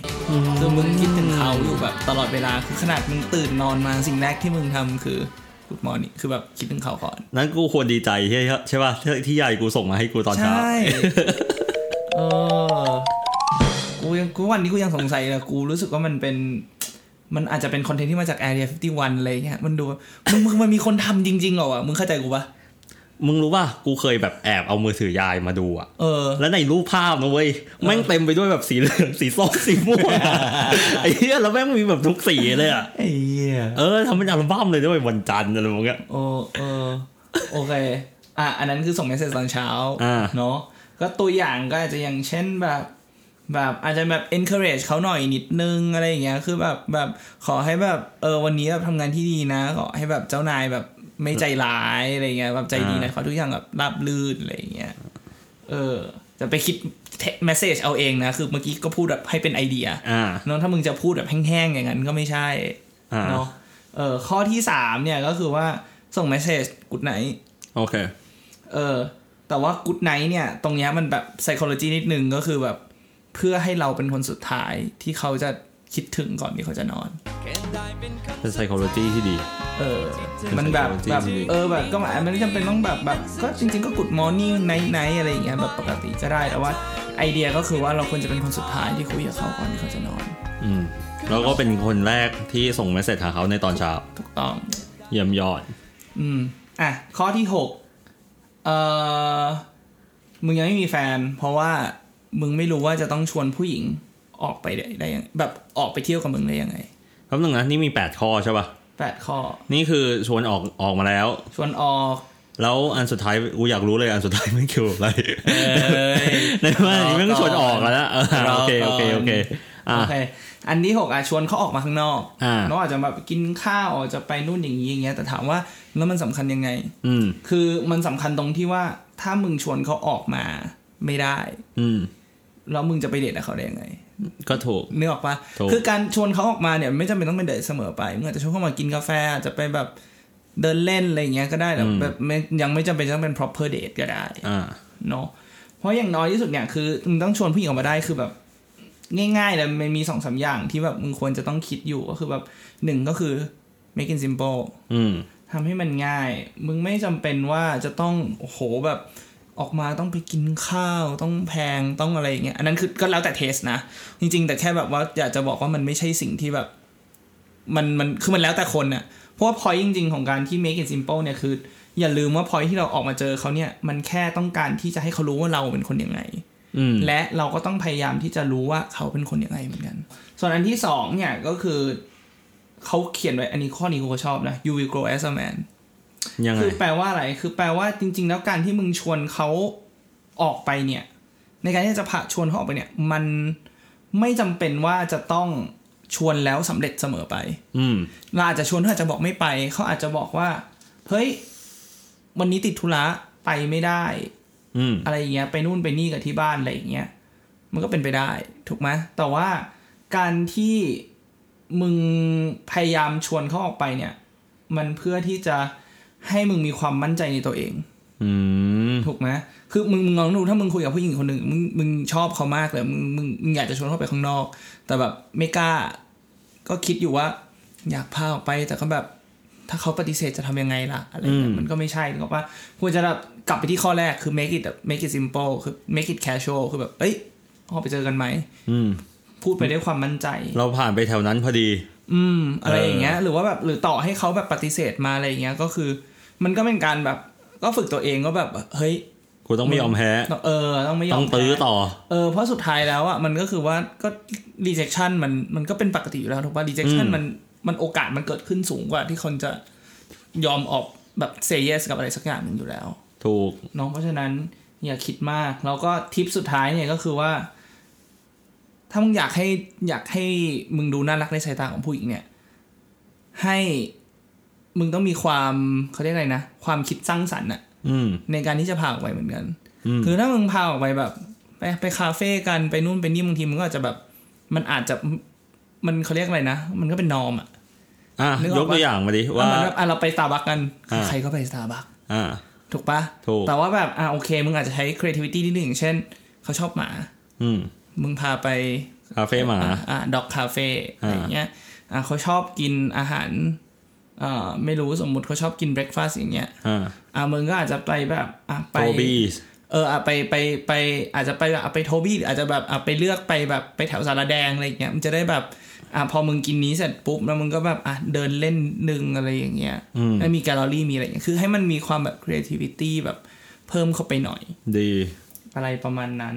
[SPEAKER 1] คือมึงคิดถึงเขาอยู่แบบตลอดเวลาคือขนาดมึงตื่นนอนมาสิ่งแรกที่มึงทำคือ Good Morning คือแบบคิดถึงเขาก่อน
[SPEAKER 2] นั้นกูควรดีใจใช่ใช่ป่ะที่ที่ยายกูส่งมาให้กูตอนเช้า
[SPEAKER 1] ใช่ เออ กูยังกูวันนี้กูยังสงสัยเลยกูรู้สึกว่ามันเป็น มันอาจจะเป็นคอนเทนต์ที่มาจาก Area 51อะไรเงี้ย มันดูมึงมึงมันมีคนทำจริงๆเหรอวะ มึงเข้าใจกูปะ
[SPEAKER 2] มึงรู้ป่ะ กูเคยแบบแอบเอามือถือยายมาดูอะ
[SPEAKER 1] เออ
[SPEAKER 2] แล้วในรูปภาพนะเว้ยแม่งเต็มไปด้วยแบบสีเหลืองสีส้มสีม่วง
[SPEAKER 1] [LAUGHS]
[SPEAKER 2] อะไอ้เหี้ยแล้วแม่งมีแบบทุกสีเลยอ่ะ
[SPEAKER 1] ไอ้เหี้ย
[SPEAKER 2] เออทำเป็นอัลบั้มเลยด้วยวันจันทร์อะไรพวกเงี้ย
[SPEAKER 1] โอ้เออ โอเค อ่ะ อันนั้นคือส่งเมสเซจตอนเช้า
[SPEAKER 2] อ่า
[SPEAKER 1] เนอะก็ตัวอย่างก็อาจจะอย่างเช่นแบบ แบบอาจจะแบบ encourage เขาหน่อยนิดนึงอะไรอย่างเงี้ย คือแบบแบบขอให้แบบเออวันนี้แบบทำงานที่ดีนะ ขอให้แบบเจ้านายแบบไม่ใจร้ายอะไรเงี้ยแบบใจดีนะขอทุกอย่างแบบราบลื่นอะไรอย่างเงี้ย เออ จะไปคิด message เอาเองนะ คือเมื่อกี้ก็พูดแบบให้เป็นไอเดีย
[SPEAKER 2] อ่า
[SPEAKER 1] เนอะถ้ามึงจะพูดแบบแห้งๆอย่างนั้นก็ไม่ใช่
[SPEAKER 2] อ่า
[SPEAKER 1] เนอะเออข้อที่สามเนี่ยก็คือว่าส่งเมสเซจกุดไหน
[SPEAKER 2] โอเค
[SPEAKER 1] เออ แต่ว่ากุดไหนเนี่ย ตรงเนี้ยมันแบบ psychology นิดนึงก็คือแบบเพื่อให้เราเป็นคนสุดท้ายที่เขาจะคิดถึงก่อนที่เขาจะนอน
[SPEAKER 2] เป็น psychology ที่ดี
[SPEAKER 1] เออ มันแบบ
[SPEAKER 2] psychology
[SPEAKER 1] แบบ
[SPEAKER 2] ที่ดี
[SPEAKER 1] เออแบบก็หมายมันไม่จำเป็นต้องแบบแบบก็จริง ๆ ก็กุดมอร์นิ่งไนท์ไนท์อะไรอย่างเงี้ยแบบปกติก็ได้แต่ว่าไอเดียก็คือว่าเราควรจะเป็นคนสุดท้ายที่คุยกับเขาก่อนที่เขาจะนอน
[SPEAKER 2] อืมแล้วก็เป็นคนแรกที่ส่งเมสเซจหาเขาในตอนเช้า
[SPEAKER 1] ถูกต้อง
[SPEAKER 2] เยี่ยมยอด
[SPEAKER 1] อืม อ่ะ ข้อที่หกเอ่อ มึงยังไม่มีแฟน เพราะว่ามึงไม่รู้ว่าจะต้องชวนผู้หญิงออกไปได้ได้ยังแบบออกไปเที่ยวกับมึงได้ยังไง
[SPEAKER 2] ครับนึงนะนี่มี 8 ข้อใช่ป่ะ
[SPEAKER 1] แปดข้อ
[SPEAKER 2] นี่คือชวนออกออกมาแล้ว
[SPEAKER 1] ชวนออก
[SPEAKER 2] แล้วอันสุดท้ายกูอยากรู้เลยอันสุดท้ายไม่เกี่ยวกับอะไร
[SPEAKER 1] เอ้ย
[SPEAKER 2] [LAUGHS] ในว่าอันนี้แม่งก็ชวนออกแล้วนะเออ
[SPEAKER 1] รอก่อน
[SPEAKER 2] โอเคโอเคโอเคอ่ะ
[SPEAKER 1] โอเค อันที่หกอ่ะชวนเขาออกมาข้างนอก
[SPEAKER 2] อ่า
[SPEAKER 1] เนาะอาจจะแบบกินข้าวออกจะไปนู่นอย่างนี้อย่างเงี้ย แต่ถามว่าแล้วมันสำคัญยังไง
[SPEAKER 2] อืม
[SPEAKER 1] คือมันสำคัญตรงที่ว่าถ้ามึงชวนเขาออกมาไม่ได้
[SPEAKER 2] อืม
[SPEAKER 1] แล้วมึงจะไปเดทกับเขาได้ยังไง
[SPEAKER 2] ก็ถูก
[SPEAKER 1] นึกออกปะ
[SPEAKER 2] ถูก
[SPEAKER 1] คือการชวนเขาออกมาเนี่ยไม่จำเป็นต้องเป็นเดทเสมอไปมึงอาจจะชวนเขามากินกาแฟอาจจะไปแบบเดินเล่นอะไรอย่างเงี้ยก็ได้แต่แบบไม่ยังไม่จำเป็นต้องเป็น proper date ก็ได้
[SPEAKER 2] อ่า
[SPEAKER 1] เนาะ ราะอย่างน้อยที่สุดเนี่ยคือมึงต้องชวนผู้หญิงออกมาได้คือแบบ ง่ายๆเลยมันมีสองสามอย่างที่แบบมึงควรจะต้องคิดอยู่ก็คือแบบหนึ่งก็คือ make it simple
[SPEAKER 2] อืม
[SPEAKER 1] ทำให้มันง่าย มึงไม่จำเป็นว่าจะต้อง โอ้โหแบบออกมาต้องไปกินข้าว ต้องแพงต้องอะไรอย่างเงี้ยอันนั้นคือก็แล้วแต่เทสนะ จริง ๆ แต่แค่แบบว่าอยากจะบอกว่ามันไม่ใช่สิ่งที่แบบ มันมันคือมันแล้วแต่คนอะเพราะว่า point จริง ๆ ของการที่ make it simple เนี่ยคือ อย่าลืมว่า point ที่เราออกมาเจอเขาเนี่ย มันแค่ต้องการที่จะให้เขารู้ว่าเราเป็นคนยังไง
[SPEAKER 2] อืม
[SPEAKER 1] และเราก็ต้องพยายามที่จะรู้ว่าเขาเป็นคนยังไงเหมือนกัน ส่วนอันที่สองเนี่ยก็คือเขาเขียนไว้อันนี้ข้อนี้กูก็ชอบนะ you will grow as a man
[SPEAKER 2] ยังไง
[SPEAKER 1] คือแปลว่าอะไร คือแปลว่าจริง ๆ แล้วการที่มึงชวนเขาออกไปเนี่ย ในการที่จะพาชวนเขาออกไปเนี่ย มันไม่จำเป็นว่าจะต้องชวนแล้วสำเร็จเสมอไป
[SPEAKER 2] อืม
[SPEAKER 1] เราอาจจะชวนเขาอาจจะบอกไม่ไป เขาอาจจะบอกว่า เฮ้ย วันนี้ติดธุระไปไม่ได้
[SPEAKER 2] อืม
[SPEAKER 1] อะไรอย่างเงี้ยไปนู่นไปนี่กับที่บ้านอะไรอย่างเงี้ยมันก็เป็นไปได้ถูกไหมแต่ว่าการที่มึงพยายามชวนเขาออกไปเนี่ย มันเพื่อที่จะให้มึงมีความมั่นใจในตัวเอง
[SPEAKER 2] อืม
[SPEAKER 1] ถูกไหมคือมึงมึงลองดูถ้ามึงคุยกับผู้หญิงคนหนึ่งมึงมึงชอบเขามากเลยมึงมึงมึงอยากจะชวนเขาไปข้างนอก แต่แบบไม่กล้า ก็คิดอยู่ว่า อยากพาออกไปแต่ก็แบบ ถ้าเขาปฏิเสธจะทำยังไงล่ะอะไรเงี้ย
[SPEAKER 2] อืม
[SPEAKER 1] มันก็ไม่ใช่ถูกปะควรจะแบบกลับไปที่ข้อแรกคือ make it make it simple คือ make it casual คือแบบ เอ้ยออกไปเจอกันไหม
[SPEAKER 2] อืม
[SPEAKER 1] พูดไปด้วยความมั่นใจ
[SPEAKER 2] เราผ่านไปแถวนั้นพอดี
[SPEAKER 1] อืมอะไรอย่างเงี้ย
[SPEAKER 2] เออ
[SPEAKER 1] หรือว่าแบบหรือต่อให้เขาแบบปฏิเสธมาอะไรอย่างเงี้ยก็คือ มันก็เป็นการแบบก็ฝึกตัวเองว่าแบบเฮ้ย
[SPEAKER 2] กูต้องไม่ยอมแพ้
[SPEAKER 1] เออต้องไม่ยอม
[SPEAKER 2] ต้องตื้อ
[SPEAKER 1] แพ้
[SPEAKER 2] ต่อ
[SPEAKER 1] เออเพราะสุดท้ายแล้วอ่ะมันก็คือว่าก็ rejection มันมันก็เป็นปกติอยู่แล้วถูกป่ะ rejection
[SPEAKER 2] อืม
[SPEAKER 1] มันมันโอกาสมันเกิดขึ้นสูงกว่าที่คนจะยอมออกแบบ say yes กับอะไรสักอย่างหนึ่งอยู่แล้ว
[SPEAKER 2] ถูก
[SPEAKER 1] เน้องเพราะฉะนั้นอย่าคิดมาก แล้วก็ทิปสุดท้ายเนี่ยก็คือว่า ถ้ามึงอยากให้อยากให้มึงดูน่ารักในสายตาของผู้หญิงเนี่ย ให้มึงต้องมีความเขาเรียกอะไรนะ ความคิดสร้างสรรค์อะ
[SPEAKER 2] อืม
[SPEAKER 1] ในการที่จะพาออกไปเหมือนกัน
[SPEAKER 2] อืม
[SPEAKER 1] คือถ้ามึงพาออกไปแบบไปไปคาเฟ่กันไปนู่นไปนี่บางทีมันก็อาจจะแบบ มันอาจจะมันเขาเรียกอะไรนะ มันก็เป็นนอมอ่ะ
[SPEAKER 2] อ่ะ
[SPEAKER 1] นึกออกปะ
[SPEAKER 2] ยกตัวอย่างมาดิ
[SPEAKER 1] ว่า
[SPEAKER 2] ว่า
[SPEAKER 1] เหมือนแบบอ่ะเราไปสตาร์บัคกัน
[SPEAKER 2] อ่า
[SPEAKER 1] ใครก็ไปสตาร์บัค
[SPEAKER 2] อ่า
[SPEAKER 1] ถูกปะ
[SPEAKER 2] ถูก
[SPEAKER 1] แต่ว่าแบบอ่ะโอเค มึงอาจจะใช้ creativity นิดหนึ่งอย่างเช่น เขาชอบหมา
[SPEAKER 2] อืม
[SPEAKER 1] มึงพาไป
[SPEAKER 2] คาเฟ่หมา
[SPEAKER 1] อ่ะอ่ะด็อกคาเฟ่อะไรอย่างเงี้ยอ่ะเขาชอบกินอาหารเอ่อไม่รู้สมมุติเขาชอบกินเบรคฟาสต์อย่างเงี้ย
[SPEAKER 2] อ่า
[SPEAKER 1] อ่ะมึงก็อาจจะไปแบบอ่ะไป
[SPEAKER 2] โตบี้
[SPEAKER 1] เอออ่ะไปไปไปอาจจะไปแบบอ่ะไปโทบี้หรืออาจจะแบบอ่ะไปเลือกไปแบบไปแถวสารแดงอะไรอย่างเงี้ยมันจะได้แบบอ่ะพอมึงกินนี้เสร็จปุ๊บแล้วมึงก็แบบอ่ะเดินเล่นนึงอะไรอย่างเงี้ย
[SPEAKER 2] อืม
[SPEAKER 1] แล้วมีแกลเลอรี่มีอะไรอย่างเงี้ยคือให้มันมีความแบบ creativity แบบเพิ่มเข้าไปหน่อย
[SPEAKER 2] ดี
[SPEAKER 1] อะไรประมาณนั้น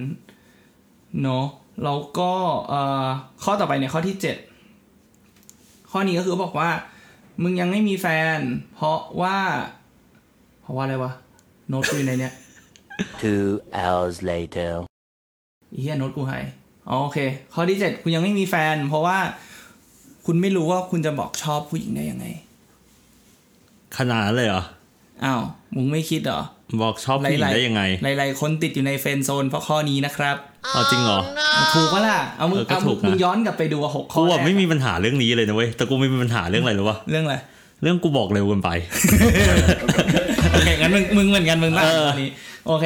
[SPEAKER 1] เนาะแล้วก็เอ่อข้อต่อไปเนี่ยข้อที่เจ็ดข้อนี้ก็คือบอกว่า มึงยังไม่มีแฟน เพราะว่า เพราะว่าอะไรวะโน้ตกูอยู่ในเนี้ย
[SPEAKER 3] Two hours later.
[SPEAKER 1] เฮียโน้ตกูหายอ๋อโอเค ข้อที่เจ็ดคุณยังไม่มีแฟน เพราะว่าคุณไม่รู้ว่าคุณจะบอกชอบผู้หญิงได้ยังไง
[SPEAKER 2] ขนาดนั้นเลยเหรอ
[SPEAKER 1] อ้าว มึงไม่คิดเหรอ
[SPEAKER 2] บอกชอบผู้หญิง
[SPEAKER 1] หลายๆ
[SPEAKER 2] ได้ยังไง
[SPEAKER 1] หลายๆคนติดอยู่ในเฟรนด์โซนเพราะข้อนี้นะครับ
[SPEAKER 2] เอาจริงเหรอ
[SPEAKER 1] ถูกปะล่ะ เอามึง
[SPEAKER 2] เออก็
[SPEAKER 1] เอา
[SPEAKER 2] ถู
[SPEAKER 1] มึง
[SPEAKER 2] กนะ
[SPEAKER 1] มึงย้อนกลับไปดูอะหกข้
[SPEAKER 2] กู
[SPEAKER 1] อ
[SPEAKER 2] อะ
[SPEAKER 1] แรก
[SPEAKER 2] ไม่มีปัญหาเรื่องนี้เลยนะเว้ย แต่กูมีปัญหาเรื่องอะไรหรือวะ
[SPEAKER 1] เรื่อง [LAUGHS] อะไร
[SPEAKER 2] เรื่องกูบอกเร็วเกินไป
[SPEAKER 1] โอเคงั้นมึงมึงเหมือนกันมึงบ้าง
[SPEAKER 2] เออ
[SPEAKER 1] ข้อนี้ โอเค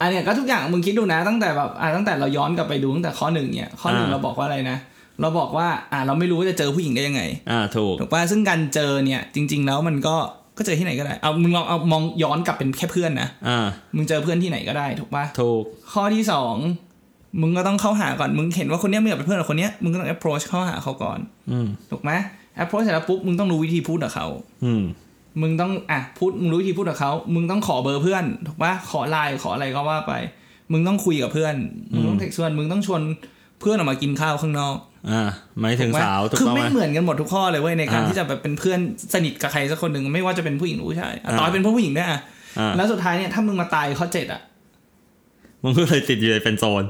[SPEAKER 1] อันเนี้ยก็ทุกอย่างมึงคิดดูนะ ตั้งแต่แบบอ่ะตั้งแต่เราย้อนกลับไปดูตั้งแต่ข้อหนึ่งเนี่ย ข้อหนึ่งเราบอกว่าอะไรนะ เราบอกว่า อ่ะเราไม่รู้ว่าจะเจอผู้หญิงได้ยังไง
[SPEAKER 2] อ่า ถูก
[SPEAKER 1] ถูกป่ะซึ่งการเจอเนี่ยจริง ๆ แล้วมันก็ก็เจอที่ไหนก็ได้เอามึงลองเอามองย้อนกลับเป็นแค่เพื่อนนะ
[SPEAKER 2] อ่า
[SPEAKER 1] มึงเจอเพื่อนที่ไหนก็ได้ถูกป่ะ
[SPEAKER 2] ถูก
[SPEAKER 1] ข้อที่สองมึงก็ต้องเข้าหาก่อนมึงเห็นว่าคนเนี้ยมึงอยากเป็นเพื่อนกับคนเนี้ยมึงก็ต้อง approach เข้าหาเขาก่อน
[SPEAKER 2] อืม
[SPEAKER 1] ถูกไหม approach เสร็จแล้วปุ๊บมึงต้องรู้วิธีพูดกับเขา
[SPEAKER 2] อืม
[SPEAKER 1] มึงต้องอ่ะพูดมึงรู้วิธีพูดกับเขามึงต้องขอเบอร์เพื่อนถูกป่ะขอไลน์ขออะไรก็ว่าไป มึงต้องคุยกับเพื่อนมึงต้องเทคชวนมึงต้องชวนเพื่อนออกมากินข้าวข้างนอก
[SPEAKER 2] อ่าหมายถึง
[SPEAKER 1] ไหม
[SPEAKER 2] สาวถูก
[SPEAKER 1] คือ
[SPEAKER 2] ต้องไหม
[SPEAKER 1] ไม่เหมือนกันหมดทุกข้อเลยเว้ยในการ
[SPEAKER 2] อ่า
[SPEAKER 1] ที่จะแบบเป็นเพื่อนสนิทกับใครสักคนหนึ่งไม่ว่าจะเป็นผู้หญิงหรือผู้ชายอ่ะ
[SPEAKER 2] อ่า
[SPEAKER 1] ต่อให้เป็นผู้หญิงด้วยอ่ะ
[SPEAKER 2] อ่า
[SPEAKER 1] แล้วสุดท้ายเนี่ยถ้ามึงมาตายข้อเจ็ดอ่ะ
[SPEAKER 2] มึงก็เลยติดอยู่ในเป็นโซน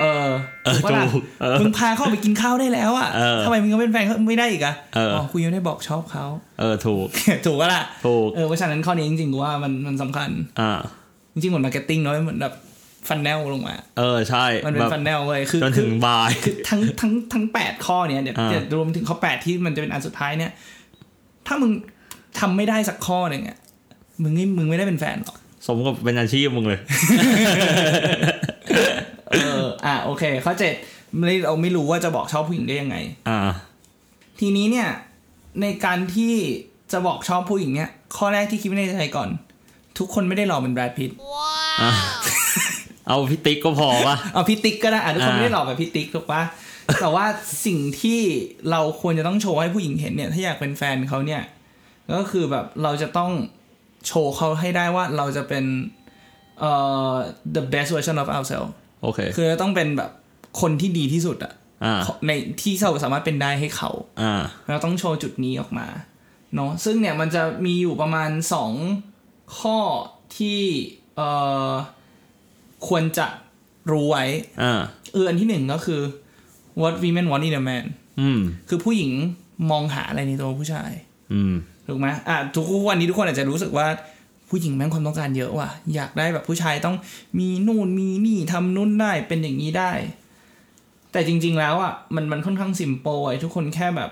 [SPEAKER 1] เออ
[SPEAKER 2] เออ
[SPEAKER 1] ถูกปะล่ะ
[SPEAKER 2] ถูกเออ
[SPEAKER 1] มึงพาเข้าไปกินข้าวได้แล้วอ่ะ
[SPEAKER 2] เออ
[SPEAKER 1] ทำไมมึงก็เป็นแฟนเขาไม่ได้อีกอ่ะ
[SPEAKER 2] เอออ๋
[SPEAKER 1] อคุยยังไม่ได้บอกชอบเขา [LAUGHS]
[SPEAKER 2] เออ ถูก
[SPEAKER 1] ถูกปะล่ะ
[SPEAKER 2] ถูก
[SPEAKER 1] เออเพราะฉะนั้นข้อนี้จริงๆกูว่ามันมันสำคัญ
[SPEAKER 2] อ่า
[SPEAKER 1] จริงๆเหมือนมาร์เก็ตติ้งเนาะเหมือนแบบฟันแนลลงมา
[SPEAKER 2] เออ ใช่
[SPEAKER 1] มันเป็
[SPEAKER 2] แบ
[SPEAKER 1] น
[SPEAKER 2] บ
[SPEAKER 1] ฟันแนลเว้ยคือ
[SPEAKER 2] จน
[SPEAKER 1] คื
[SPEAKER 2] ถึ
[SPEAKER 1] อ
[SPEAKER 2] งบ่าย
[SPEAKER 1] คือทั้งทั้งทั้งแปดข้อเนี่ยเดี๋ยว
[SPEAKER 2] อ่า
[SPEAKER 1] เดี๋ยวรวมถึงข้อแปดที่มันจะเป็นอันสุดท้ายเนี่ย ถ้ามึงทำไม่ได้สักข้อหนึ่งอ่ะมึงไม่มึงไม่ได้เป็นแฟนหรอก
[SPEAKER 2] สมกับเป็นอาชีพมึงเลย
[SPEAKER 1] เอออ่ะโอเค ข้อเจ็ดไม่เราไม่รู้ว่าจะบอกชอบผู้หญิงได้ยังไง
[SPEAKER 2] อ่า
[SPEAKER 1] ทีนี้เนี่ยในการที่จะบอกชอบผู้หญิงเนี่ย ข้อแรกที่คิดในใจก่อน ทุกคนไม่ได้หล่อเหมือนแบรดพิตต์
[SPEAKER 2] อ่ะเอาพี่ติ๊กก็พอปะ
[SPEAKER 1] เอาพี่ติ๊กก็ได้อ่ะทุกคน
[SPEAKER 2] อ่า
[SPEAKER 1] ไม่ได้หล่อแบบพี่ติ๊กถูกปะแต่ว่าสิ่งที่เราควรจะต้องโชว์ให้ผู้หญิงเห็นเนี่ย ถ้าอยากเป็นแฟนเขาเนี่ย ก็คือแบบเราจะต้องโชว์เขาให้ได้ว่าเราจะเป็นเอ่อ the best version of ourselves
[SPEAKER 2] โอเค
[SPEAKER 1] คือต้องเป็นแบบคนที่ดีที่สุดอะ
[SPEAKER 2] อ่า
[SPEAKER 1] ในที่เราสามารถเป็นได้ให้เขา
[SPEAKER 2] อ่า
[SPEAKER 1] เราต้องโชว์จุดนี้ออกมาเนาะซึ่งเนี่ยมันจะมีอยู่ประมาณสองข้อที่เอ่อควรจะรู้ไว้
[SPEAKER 2] อ่า
[SPEAKER 1] เอออันที่หนึ่งก็คือ what women want in a man
[SPEAKER 2] อืม
[SPEAKER 1] คือผู้หญิงมองหาอะไรในตัวผู้ชาย
[SPEAKER 2] อืม
[SPEAKER 1] ถูกไหมอ่ะทุกวันนี้ทุกคนอาจจะรู้สึกว่าผู้หญิงแม่งความต้องการเยอะว่ะ อยากได้แบบผู้ชายต้องมีนู่นมีนี่ทำนู่นได้เป็นอย่างนี้ได้ แต่จริง ๆ แล้วอ่ะมันมันค่อนข้างสิมโปไอ้ทุกคนแค่แบบ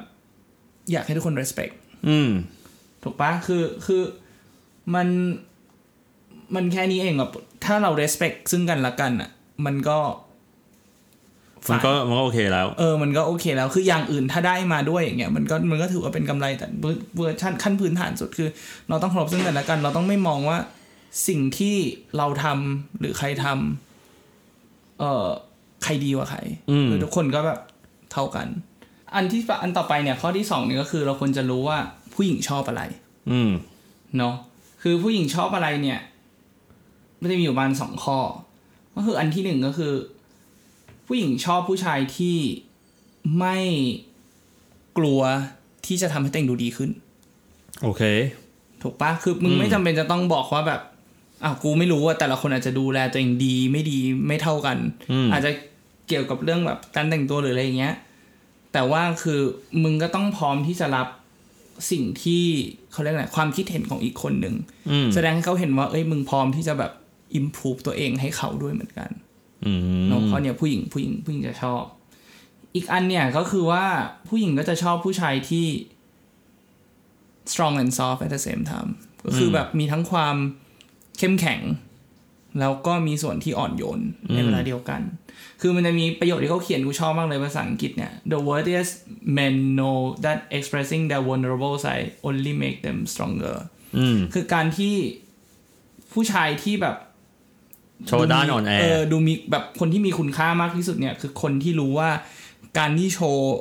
[SPEAKER 1] อยากให้ทุกคน respect
[SPEAKER 2] อืม
[SPEAKER 1] ถูกปะคือคือมันมันแค่นี้เองอะถ้าเรา respect ซึ่งกันและกันอะมันก็
[SPEAKER 2] มันก็มันก็โอเคแล้ว
[SPEAKER 1] เออ มันก็โอเคแล้ว คืออย่างอื่นถ้าได้มาด้วยอย่างเงี้ย มันก็ มันก็ถือว่าเป็นกำไร แต่เวอร์เวอร์ชันขั้นพื้นฐานสุดคือ เราต้องเคารพซึ่งกันและกัน เราต้องไม่มองว่าสิ่งที่เราทำหรือใครทำเอ่อ ใครดีกว่าใคร
[SPEAKER 2] อืม
[SPEAKER 1] คือทุกคนก็แบบเท่ากัน อันที่ฝอันต่อไปเนี่ย ข้อที่สองเนี่ยก็คือเราควรจะรู้ว่าผู้หญิงชอบอะไร
[SPEAKER 2] อืม
[SPEAKER 1] เนาะคือผู้หญิงชอบอะไรเนี่ย มันจะมีอยู่ประมาณสองข้อ ก็คืออันที่หนึ่งก็คือ ผู้หญิงชอบผู้ชายที่ไม่กลัวที่จะทำให้ตัวเองดูดีขึ้น
[SPEAKER 2] โอเค
[SPEAKER 1] ถูกปะคือมึง
[SPEAKER 2] อืม
[SPEAKER 1] ไม่จำเป็นจะต้องบอกว่าแบบอ่ะกูไม่รู้ว่าแต่ละคนอาจจะดูแลตัวเองดีไม่ดีไม่เท่ากัน
[SPEAKER 2] อืม
[SPEAKER 1] อาจจะเกี่ยวกับเรื่องแบบการแต่งตัวหรืออะไรอย่างเงี้ย แต่ว่าคือมึงก็ต้องพร้อมที่จะรับสิ่งที่เขาเรียกอะไรความคิดเห็นของอีกคนหนึ่ง
[SPEAKER 2] อืม
[SPEAKER 1] แสดงให้เขาเห็นว่า เอ้ย มึงพร้อมที่จะแบบ improve ตัวเองให้เขาด้วยเหมือนกัน
[SPEAKER 2] อืม
[SPEAKER 1] เนอะเพราะเนี่ยผู้หญิงผู้หญิงผู้หญิงจะชอบ อีกอันเนี่ยก็คือว่าผู้หญิงก็จะชอบผู้ชายที่ strong and soft at the same time ก็คือแบบมีทั้งความเข้มแข็ง แล้วก็มีส่วนที่อ่อนโยนในเวลาเดียวกัน คือมันจะมีประโยคที่เขาเขียนกูชอบมากเลยภาษาอังกฤษเนี่ย the worthiest men know that expressing their vulnerable side only make them stronger
[SPEAKER 2] อืม
[SPEAKER 1] คือการที่ผู้ชายที่แบบ
[SPEAKER 2] โชว์ด้านอ่อนแอ
[SPEAKER 1] เออดูมีแบบคนที่มีคุณค่ามากที่สุดเนี่ยคือคนที่รู้ว่าการที่โชว์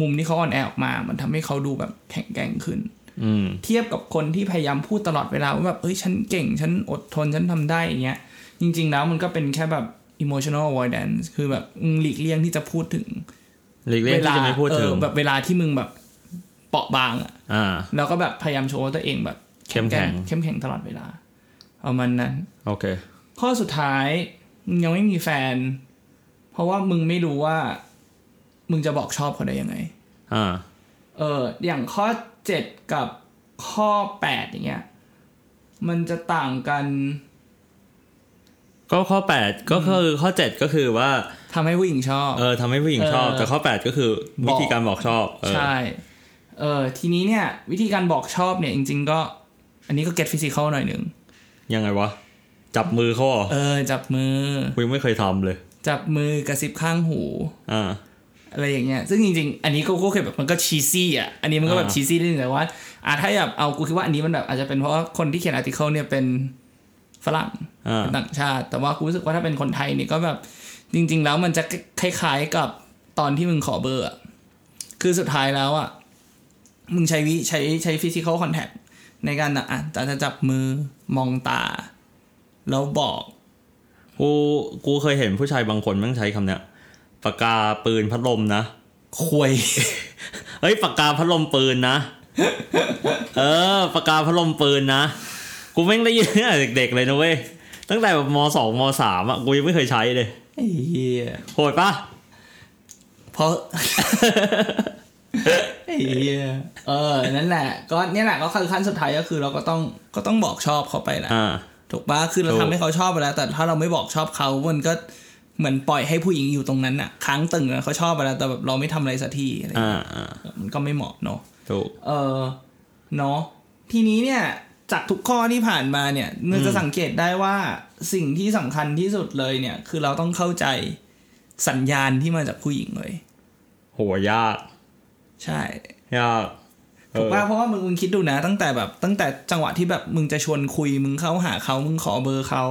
[SPEAKER 1] มุมที่เขาอ่อนแอออกมา มันทำให้เขาดูแบบแข็งแกร่งขึ้น
[SPEAKER 2] อืม
[SPEAKER 1] เทียบกับคนที่พยายามพูดตลอดเวลาว่าแบบเอ้ยฉันเก่ง ฉันอดทนฉันทำได้อย่างเงี้ย จริง ๆ แล้วมันก็เป็นแค่แบบ emotional avoidance คือแบบมึงหลีกเลี่ยงที่จะพูดถึง
[SPEAKER 2] หลีกเลี่ยงที่จะไม่พูดถึง
[SPEAKER 1] เออแบบเวลาที่มึงแบบเปราะบางอะ
[SPEAKER 2] อ่า
[SPEAKER 1] แล้วก็แบบพยายามโชว์ว่าตัวเองแบบ
[SPEAKER 2] เข้มแข็ง
[SPEAKER 1] เข้มแข็งตลอดเวลาประมาณนั้น
[SPEAKER 2] โอเค
[SPEAKER 1] ข้อสุดท้ายมึงยังไม่มีแฟน เพราะว่ามึงไม่รู้ว่า มึงจะบอกชอบเขาได้ยังไง
[SPEAKER 2] อ่า
[SPEAKER 1] เอออย่างข้อเจ็ดกับข้อแปดอย่างเงี้ยมันจะต่างกัน
[SPEAKER 2] ก็ข้อ 8 ก็คือข้อ 7 ก็คือว่า
[SPEAKER 1] ทำให้ผู้หญิงชอบ
[SPEAKER 2] เออทำให้ผู้หญิงชอบ
[SPEAKER 1] เออ
[SPEAKER 2] แต่ข้อ 8 ก็คือ
[SPEAKER 1] บอก
[SPEAKER 2] วิธีการบอกชอบเออ
[SPEAKER 1] ใช่ เออทีนี้เนี่ย วิธีการบอกชอบเนี่ยจริง ๆ ก็ อันนี้ก็เก็ตฟิสิกอลหน่อยหนึ่ง
[SPEAKER 2] ยังไงวะ จับมือเขาเหรอ
[SPEAKER 1] เออ จับมือ
[SPEAKER 2] กูยังไม่เคยทำเลย
[SPEAKER 1] จับมือกระซิบข้างหู
[SPEAKER 2] อ่า
[SPEAKER 1] อะไรอย่างเงี้ย ซึ่งจริงๆ อันนี้ก็ก็เคยแบบมันก็ชีซี่อ่ะ อันนี้มันก็แบบ
[SPEAKER 2] อ่า
[SPEAKER 1] ชีซี่นิดนึงแต่ว่าอ่ะถ้าแบบเอากูคิดว่าอันนี้มันแบบอาจจะเป็นเพราะว่าคนที่เขียนอาร์ติเคิลเนี่ยเป็นฝรั่ง
[SPEAKER 2] อ่า
[SPEAKER 1] เป็นต่างชาติ แต่ว่ากูรู้สึกว่าถ้าเป็นคนไทยเนี่ยก็แบบจริง ๆ แล้วมันจะคล้ายๆกับตอนที่มึงขอเบอร์อะคือสุดท้ายแล้วอ่ะมึงใช้วิใช้ใช้ฟิสิกอลคอนแทคในการแบบอ่ะจะจะจับมือมองตา แล้วบอก
[SPEAKER 2] กูกูเคยเห็นผู้ชายบางคนแมั่งใช้คำเนี้ยปากกาปืนพัดลมนะ
[SPEAKER 1] คุย
[SPEAKER 2] [LAUGHS] เฮ้ยปากกาพัดลมปืนนะเออปากกาพัดลมปืนนะกูแม่งได้ยินตั้งแต่เด็กๆเลยนะเว้ยตั้งแต่แบบมสองมสามอ่ะกูยังไม่เคยใช้เลย
[SPEAKER 1] ไอ้เหี้ย
[SPEAKER 2] โหดปะ
[SPEAKER 1] เพราะ [LAUGHS] ไอ้เหี้ยเออ นั่นแหละ ก็เนี่ยแหละก็คือขั้นสุดท้ายก็คือเราก็ต้องก็ต้องบอกชอบเขาไปแหละ
[SPEAKER 2] อ่า
[SPEAKER 1] ถูกปะคือเรา
[SPEAKER 2] ถูก
[SPEAKER 1] ทำให้เขาชอบไปแล้ว แต่ถ้าเราไม่บอกชอบเขา มันก็เหมือนปล่อยให้ผู้หญิงอยู่ตรงนั้นน่ะค้างตึงอะเขาชอบไปแล้วแต่แบบเราไม่ทำอะไรสักทีอะไรอย่าง
[SPEAKER 2] อ่า
[SPEAKER 1] เงี้ย
[SPEAKER 2] อ่า
[SPEAKER 1] มันก็ไม่เหมาะเนาะ
[SPEAKER 2] ถูก
[SPEAKER 1] เออเนาะทีนี้เนี่ย จากทุกข้อที่ผ่านมาเนี่ยเราจะสังเกตได้ว่าสิ่งที่สำคัญที่สุดเลยเนี่ย คือเราต้องเข้าใจสัญญาณที่มาจากผู้หญิงเลย
[SPEAKER 2] โหยาก
[SPEAKER 1] ใช่
[SPEAKER 2] ยาก
[SPEAKER 1] ถูกป่ะ
[SPEAKER 2] เออ
[SPEAKER 1] เพราะว่ามึงมึงคิดดูนะ ตั้งแต่แบบตั้งแต่จังหวะที่แบบมึงจะชวนคุย มึงเข้าหาเขามึงขอเบอร์เขา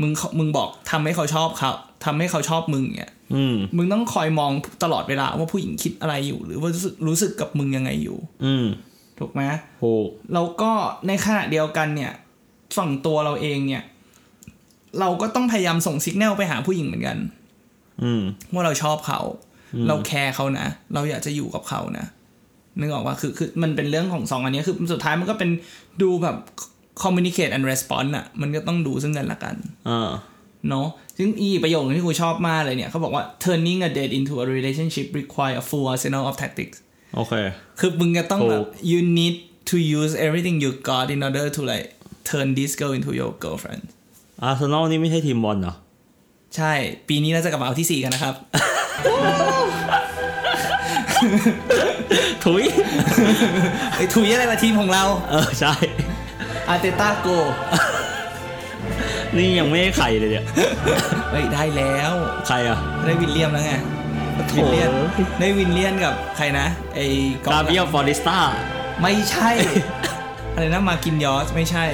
[SPEAKER 1] มึงขอมึงบอกทำให้เขาชอบเขาทำให้เขาชอบมึงเนี่ย
[SPEAKER 2] อืม
[SPEAKER 1] มึงต้องคอยมองตลอดเวลาว่าผู้หญิงคิดอะไรอยู่ หรือว่ารู้สึกรู้สึกกับมึงยังไงอยู่
[SPEAKER 2] อืม
[SPEAKER 1] ถูกไหม
[SPEAKER 2] ถูก
[SPEAKER 1] แล้วก็ในขณะเดียวกันเนี่ยฝั่งตัวเราเองเนี่ย เราก็ต้องพยายามส่งสัญญาณไปหาผู้หญิงเหมือนกัน
[SPEAKER 2] อืม
[SPEAKER 1] ว่าเราชอบเขา เราแคร์เขานะ เราอยากจะอยู่กับเขานะนึกออกว่าคือคือมันเป็นเรื่องของสองอันเนี้ยคือสุดท้ายมันก็เป็นดูแบบ communicate and response อะมันก็ต้องดูซึ่งกันและกัน
[SPEAKER 2] อ่า
[SPEAKER 1] เนาะซึ่งอีประโยคนึงที่กูชอบมากเลยเนี่ยเขาบอกว่า turning a date into a relationship require a full arsenal of tactics
[SPEAKER 2] โอเค
[SPEAKER 1] คือมึงจะต้องแบบ
[SPEAKER 2] ถูก
[SPEAKER 1] you need to use everything you got in order to like turn this girl into your girlfriend
[SPEAKER 2] อาร์เซนอลนี่ไม่ใช่ทีมบอลเหรอ
[SPEAKER 1] ใช่ ปีนี้เราจะกลับมาเอาที่ 4 กันนะครับ [LAUGHS]
[SPEAKER 2] ถุย
[SPEAKER 1] ไอ้ยถุยอะไรละทีมของเรา
[SPEAKER 2] เออ ใช่
[SPEAKER 1] อาร์เตต้าโก
[SPEAKER 2] นี่ยังไม่ให้ใครเลยเนี่ย
[SPEAKER 1] เฮ้ยได้แล้ว
[SPEAKER 2] ใครอ่ะ
[SPEAKER 1] ได้วินเลียมแล้วไง
[SPEAKER 2] โถ่
[SPEAKER 1] วินเลียนได้วินเลียนกับใครนะ ไอ้กองห
[SPEAKER 2] กา
[SPEAKER 1] ลัง
[SPEAKER 2] เบียฟอริสตา
[SPEAKER 1] ไม่ใช่ [LAUGHS] อะไรนะมากินยอสไม่ใช่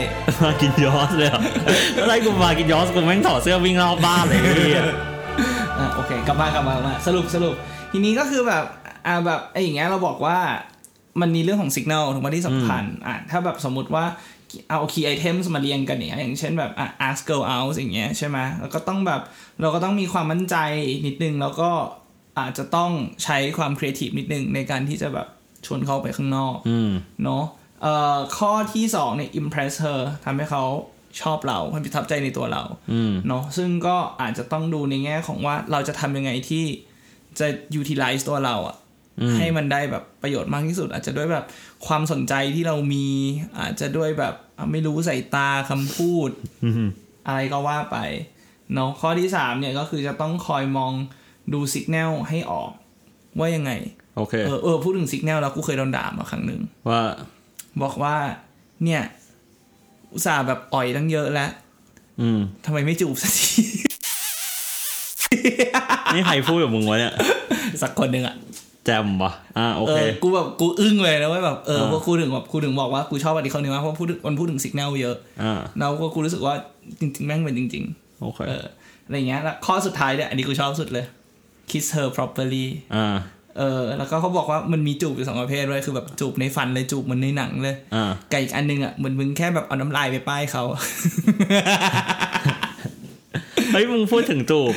[SPEAKER 2] มากินยอสเลยเหรอแล้วได้กูมากินยอสกูแม่งถอดเสื้อวิ่งรอบบ้านเลยไอ้เหี้ย
[SPEAKER 1] อ่ะโอเคกลับมากลับมากลับมาสรุปสรุป ทีนี้ก็คือแบบอ่าแบบไอ้อย่างเงี้ยเราบอกว่ามันมีเรื่องของสัญญาณถูกไหมที่สำคัญอ่ะถ้าแบบสมมติว่าเอา key items มาเรียงกันอย่างเงี้ยอย่างเช่นแบบอ่ะ ask go out อย่างเงี้ยใช่ไหมแล้วก็ต้องแบบเราก็ต้องมีความมั่นใจนิดนึง แล้วก็อาจจะต้องใช้ความ creative นิดนึงในการที่จะแบบชวนเขาไปข้างนอก
[SPEAKER 2] อืม
[SPEAKER 1] เนาะเอ่อข้อที่สองเนี่ย impress her ทำให้เขาชอบเราให้ประทับใจในตัวเรา
[SPEAKER 2] อืม
[SPEAKER 1] เนาะซึ่งก็อาจจะต้องดูในแง่ของว่าเราจะทำยังไงที่จะ utilize ตัวเราอะ
[SPEAKER 2] อืม
[SPEAKER 1] ให้มันได้แบบประโยชน์มากที่สุด อาจจะด้วยแบบความสนใจที่เรามี อาจจะด้วยแบบอ่ะไม่รู้ใส่ตาคำพูด
[SPEAKER 2] อืม
[SPEAKER 1] อะไรก็ว่าไปเนาะข้อที่สามเนี่ยก็คือจะต้องคอยมองดูสัญญาณให้ออก ว่ายังไง
[SPEAKER 2] โอเค
[SPEAKER 1] เออเออพูดถึงสัญญาณแล้วกูเคยโดนด่ามาครั้งหนึ่ง
[SPEAKER 2] ว่า
[SPEAKER 1] บอกว่าเนี่ยอุตส่าห์แบบอ่อยตั้งเยอะแล้ว
[SPEAKER 2] อืม
[SPEAKER 1] ทำไมไม่จูบสักที [LAUGHS]
[SPEAKER 2] นี่ใครพูดกับมึงวะเนี่ย
[SPEAKER 1] สักคนหนึ่งอะ
[SPEAKER 2] แจมปะอ่า โอ
[SPEAKER 1] เอ
[SPEAKER 2] เค
[SPEAKER 1] อ กูแบบกูอึ้งเลยนะเว่าแบบเออ
[SPEAKER 2] อ่า
[SPEAKER 1] เพราะกูถึงแบบกูถึงบอกว่ากูชอบอันนี้เขาเนี่ยมากเพราะพูดถึงมันพูดถึงสัญญาณเยอะ
[SPEAKER 2] อ่า
[SPEAKER 1] แล้วก็กูรู้สึกว่าจริงๆ แม่งเป็นจริง
[SPEAKER 2] โอเค
[SPEAKER 1] ๆ เอออะไรอย่างเงี้ยแล้วข้อสุดท้ายเนี่ยอันนี้กูชอบสุดเลย kiss her properly
[SPEAKER 2] อ่า
[SPEAKER 1] เออแล้วก็เขาบอกว่ามันมีจูบอยู่สองประเภทเลยคือแบบจูบในฝันเลยจูบเหมือนในหนังเลย
[SPEAKER 2] อ่า
[SPEAKER 1] กับอีกอันนึงอ่ะเหมือนมึงแค่แบบเอาน้ำลายไปป้ายเขา [LAUGHS]
[SPEAKER 2] เฮ้ยมึงพูดถึงจูบ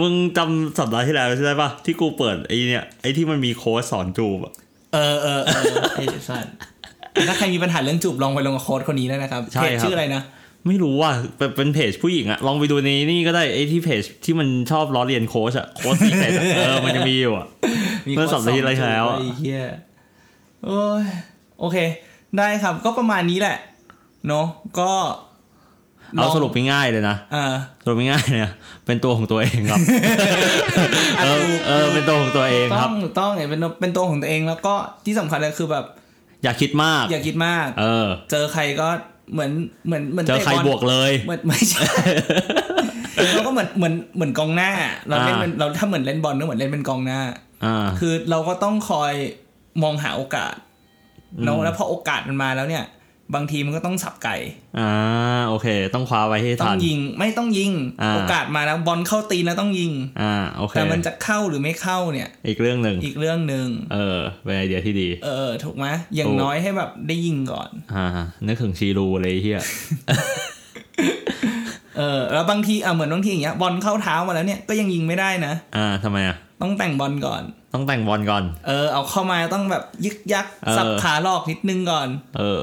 [SPEAKER 2] มึงจำสัปดาห์ที่แล้วใช่ไหมปะที่กูเปิดไอ้เนี่ยไอ้ที่มันมีโค้ชสอนจูบอะ
[SPEAKER 1] เออเออเออไอ้สัสถ้าใครมีปัญหาเรื่องจูบลองไปลงกับโค้ชคนนี้ได้นะครับเพจชื่ออะไรนะ
[SPEAKER 2] ไม่รู้ว่าเป็นเป็นเพจผู้หญิงอะลองไปดูในนี่ก็ได้ไอ้ที่เพจที่มันชอบล้อเลียนโค้ชอะโค้ชซีเซ็ตอะ
[SPEAKER 1] [LAUGHS]
[SPEAKER 2] เออมันจะมีอยู่อะ เมื่อสัปดาห์ที่แล้วแล้ว
[SPEAKER 1] ไอ้เหี้ยโอ้ยโอเค ได้ครับ ก็ประมาณนี้แหละ เนาะ ก็
[SPEAKER 2] เอาสรุปง่ายๆเลยนะ
[SPEAKER 1] เออ
[SPEAKER 2] สรุปง่ายๆเนี่ยเป็นตัวของตัวเอง
[SPEAKER 1] [LAUGHS]
[SPEAKER 2] ครับ เออเออเป็นตัวของตัวเองค
[SPEAKER 1] ต้
[SPEAKER 2] รั
[SPEAKER 1] อบ งถูกต้องเนี่ยเป็นเป็นตัวของตัวเอง แล้วก็ที่สำคัญเลยคือแบบ
[SPEAKER 2] อย่าคิดมาก
[SPEAKER 1] อย่าคิดมาก
[SPEAKER 2] เออ
[SPEAKER 1] เจอใครก็เหมือนเหมือนเหมือน
[SPEAKER 2] เจอใคร
[SPEAKER 1] ตะล
[SPEAKER 2] บวกเลย
[SPEAKER 1] เหมือนไม่ใช่ เราก็เหมือนเหมือนเหมือนกองหน้า เราเล่นเป็นเราถ้าเหมือนเล่นบอลก็เหมือนเล่นเป็นกองหน้า
[SPEAKER 2] อ่า
[SPEAKER 1] คือเราก็ต้องคอยมองหาโอกาสเนอะ
[SPEAKER 2] อืม
[SPEAKER 1] แล้วพอโอกาสมันมาแล้วเนี่ย บางทีมันก็ต้องสับไก่
[SPEAKER 2] อ่าโอเค ต้องคว้าไว้ให้
[SPEAKER 1] ต้อ
[SPEAKER 2] ทั
[SPEAKER 1] ง
[SPEAKER 2] น
[SPEAKER 1] ยิงไม่ต้องยิง
[SPEAKER 2] อ่า
[SPEAKER 1] โอกาสมาแล้วบอลเข้าตีนแล้วต้องยิง
[SPEAKER 2] อ่าโอเค
[SPEAKER 1] แต่มันจะเข้าหรือไม่เข้าเนี่ย
[SPEAKER 2] อีกเรื่องหนึ่ง
[SPEAKER 1] อีกเรื่องหนึ่ง
[SPEAKER 2] เออเป็นไอเดียที่ดี
[SPEAKER 1] เออถูกไหมอย่างน้อยให้แบบได้ยิงก่อน
[SPEAKER 2] อ่านึกถึงชีรูเลยไอ้เฮีย
[SPEAKER 1] เออแล้วบางทีอ่ะเหมือนบางทีอย่างเงี้ยบอลเข้าเท้ามาแล้วเนี่ยก็ยังยิงไม่ได้นะ
[SPEAKER 2] อ่าทำไมอ่ะ
[SPEAKER 1] ต้องแต่งบอลก่อน
[SPEAKER 2] ต้องแต่งบอลก่อน
[SPEAKER 1] เออเอาเข้ามาต้องแบบยึกยัก
[SPEAKER 2] เออ
[SPEAKER 1] สับขาหลอกนิดนึงก่อน
[SPEAKER 2] เออ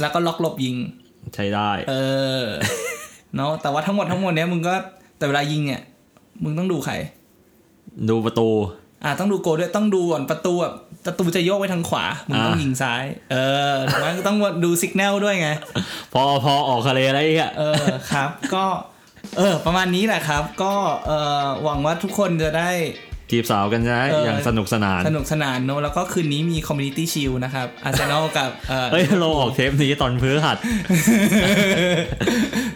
[SPEAKER 1] แล้วก็ล็อกหลบยิง
[SPEAKER 2] ใช้ได้
[SPEAKER 1] เออ เนาะแต่ว่าทั้งหมดทั้งมวลเนี้ยมึงก็แต่เวลายิงเนี่ยมึงต้องดูใคร
[SPEAKER 2] ดูประตู
[SPEAKER 1] อ่าต้องดูโกลด้วยต้องดูก่อนประตูแบบประตูจะโยกไปทางขวามึงต้อง
[SPEAKER 2] อ่ายิ
[SPEAKER 1] ยิงซ้าย เออถูกไหมต้องดูสัญญาณด้วยไง
[SPEAKER 2] พอพอออกทะเลอะไรเงี้ย
[SPEAKER 1] เออครับ ก็ เออ ประมาณนี้แหละครับ ก็เออหวังว่าทุกคนจะได้
[SPEAKER 4] จีบสาวกันนะ
[SPEAKER 1] เอออ
[SPEAKER 4] อย่างสนุกสนาน
[SPEAKER 1] สนุกสนานเนอะแล้วก็คืนนี้มีคอมมูนิตี้ชิลนะครับอาร์เซนอลกับเออ
[SPEAKER 4] เอ้ยเราออกเทปนี้ตอนพฤหัส
[SPEAKER 1] [LAUGHS]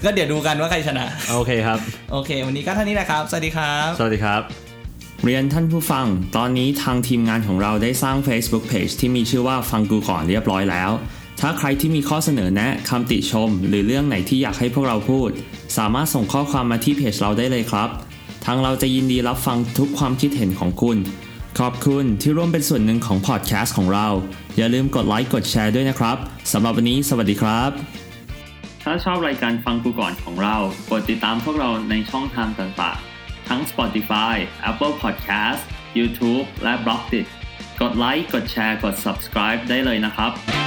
[SPEAKER 1] ก็เดี๋ยวดูกันว่าใครชนะ
[SPEAKER 4] โอเคครับ
[SPEAKER 1] โอเค วันนี้ก็เท่านี้แหละครับ สวัสดีครับ
[SPEAKER 4] สวัสดีครับ
[SPEAKER 2] เรียนท่านผู้ฟัง ตอนนี้ทางทีมงานของเราได้สร้าง Facebook Page ที่มีชื่อว่าฟังกูก่อนเรียบร้อยแล้ว ถ้าใครที่มีข้อเสนอแนะคำติชม หรือเรื่องไหนที่อยากให้พวกเราพูด สามารถส่งข้อความมาที่เพจเราได้เลยครับ ทางเราจะยินดีรับฟังทุกความคิดเห็นของคุณ ขอบคุณที่ร่วมเป็นส่วนหนึ่งของพอดแคสต์ของเรา อย่าลืมกดไลค์กดแชร์ด้วยนะครับสำหรับวันนี้สวัสดีครับ ถ้าชอบรายการฟังกูก่อนของเรา กดติดตามพวกเราในช่องทางต่างๆ ทั้ง Spotify, Apple Podcast, YouTube และ b l o g d i t กดไลค์ กดแชร์ กด subscribe ได้เลยนะครับ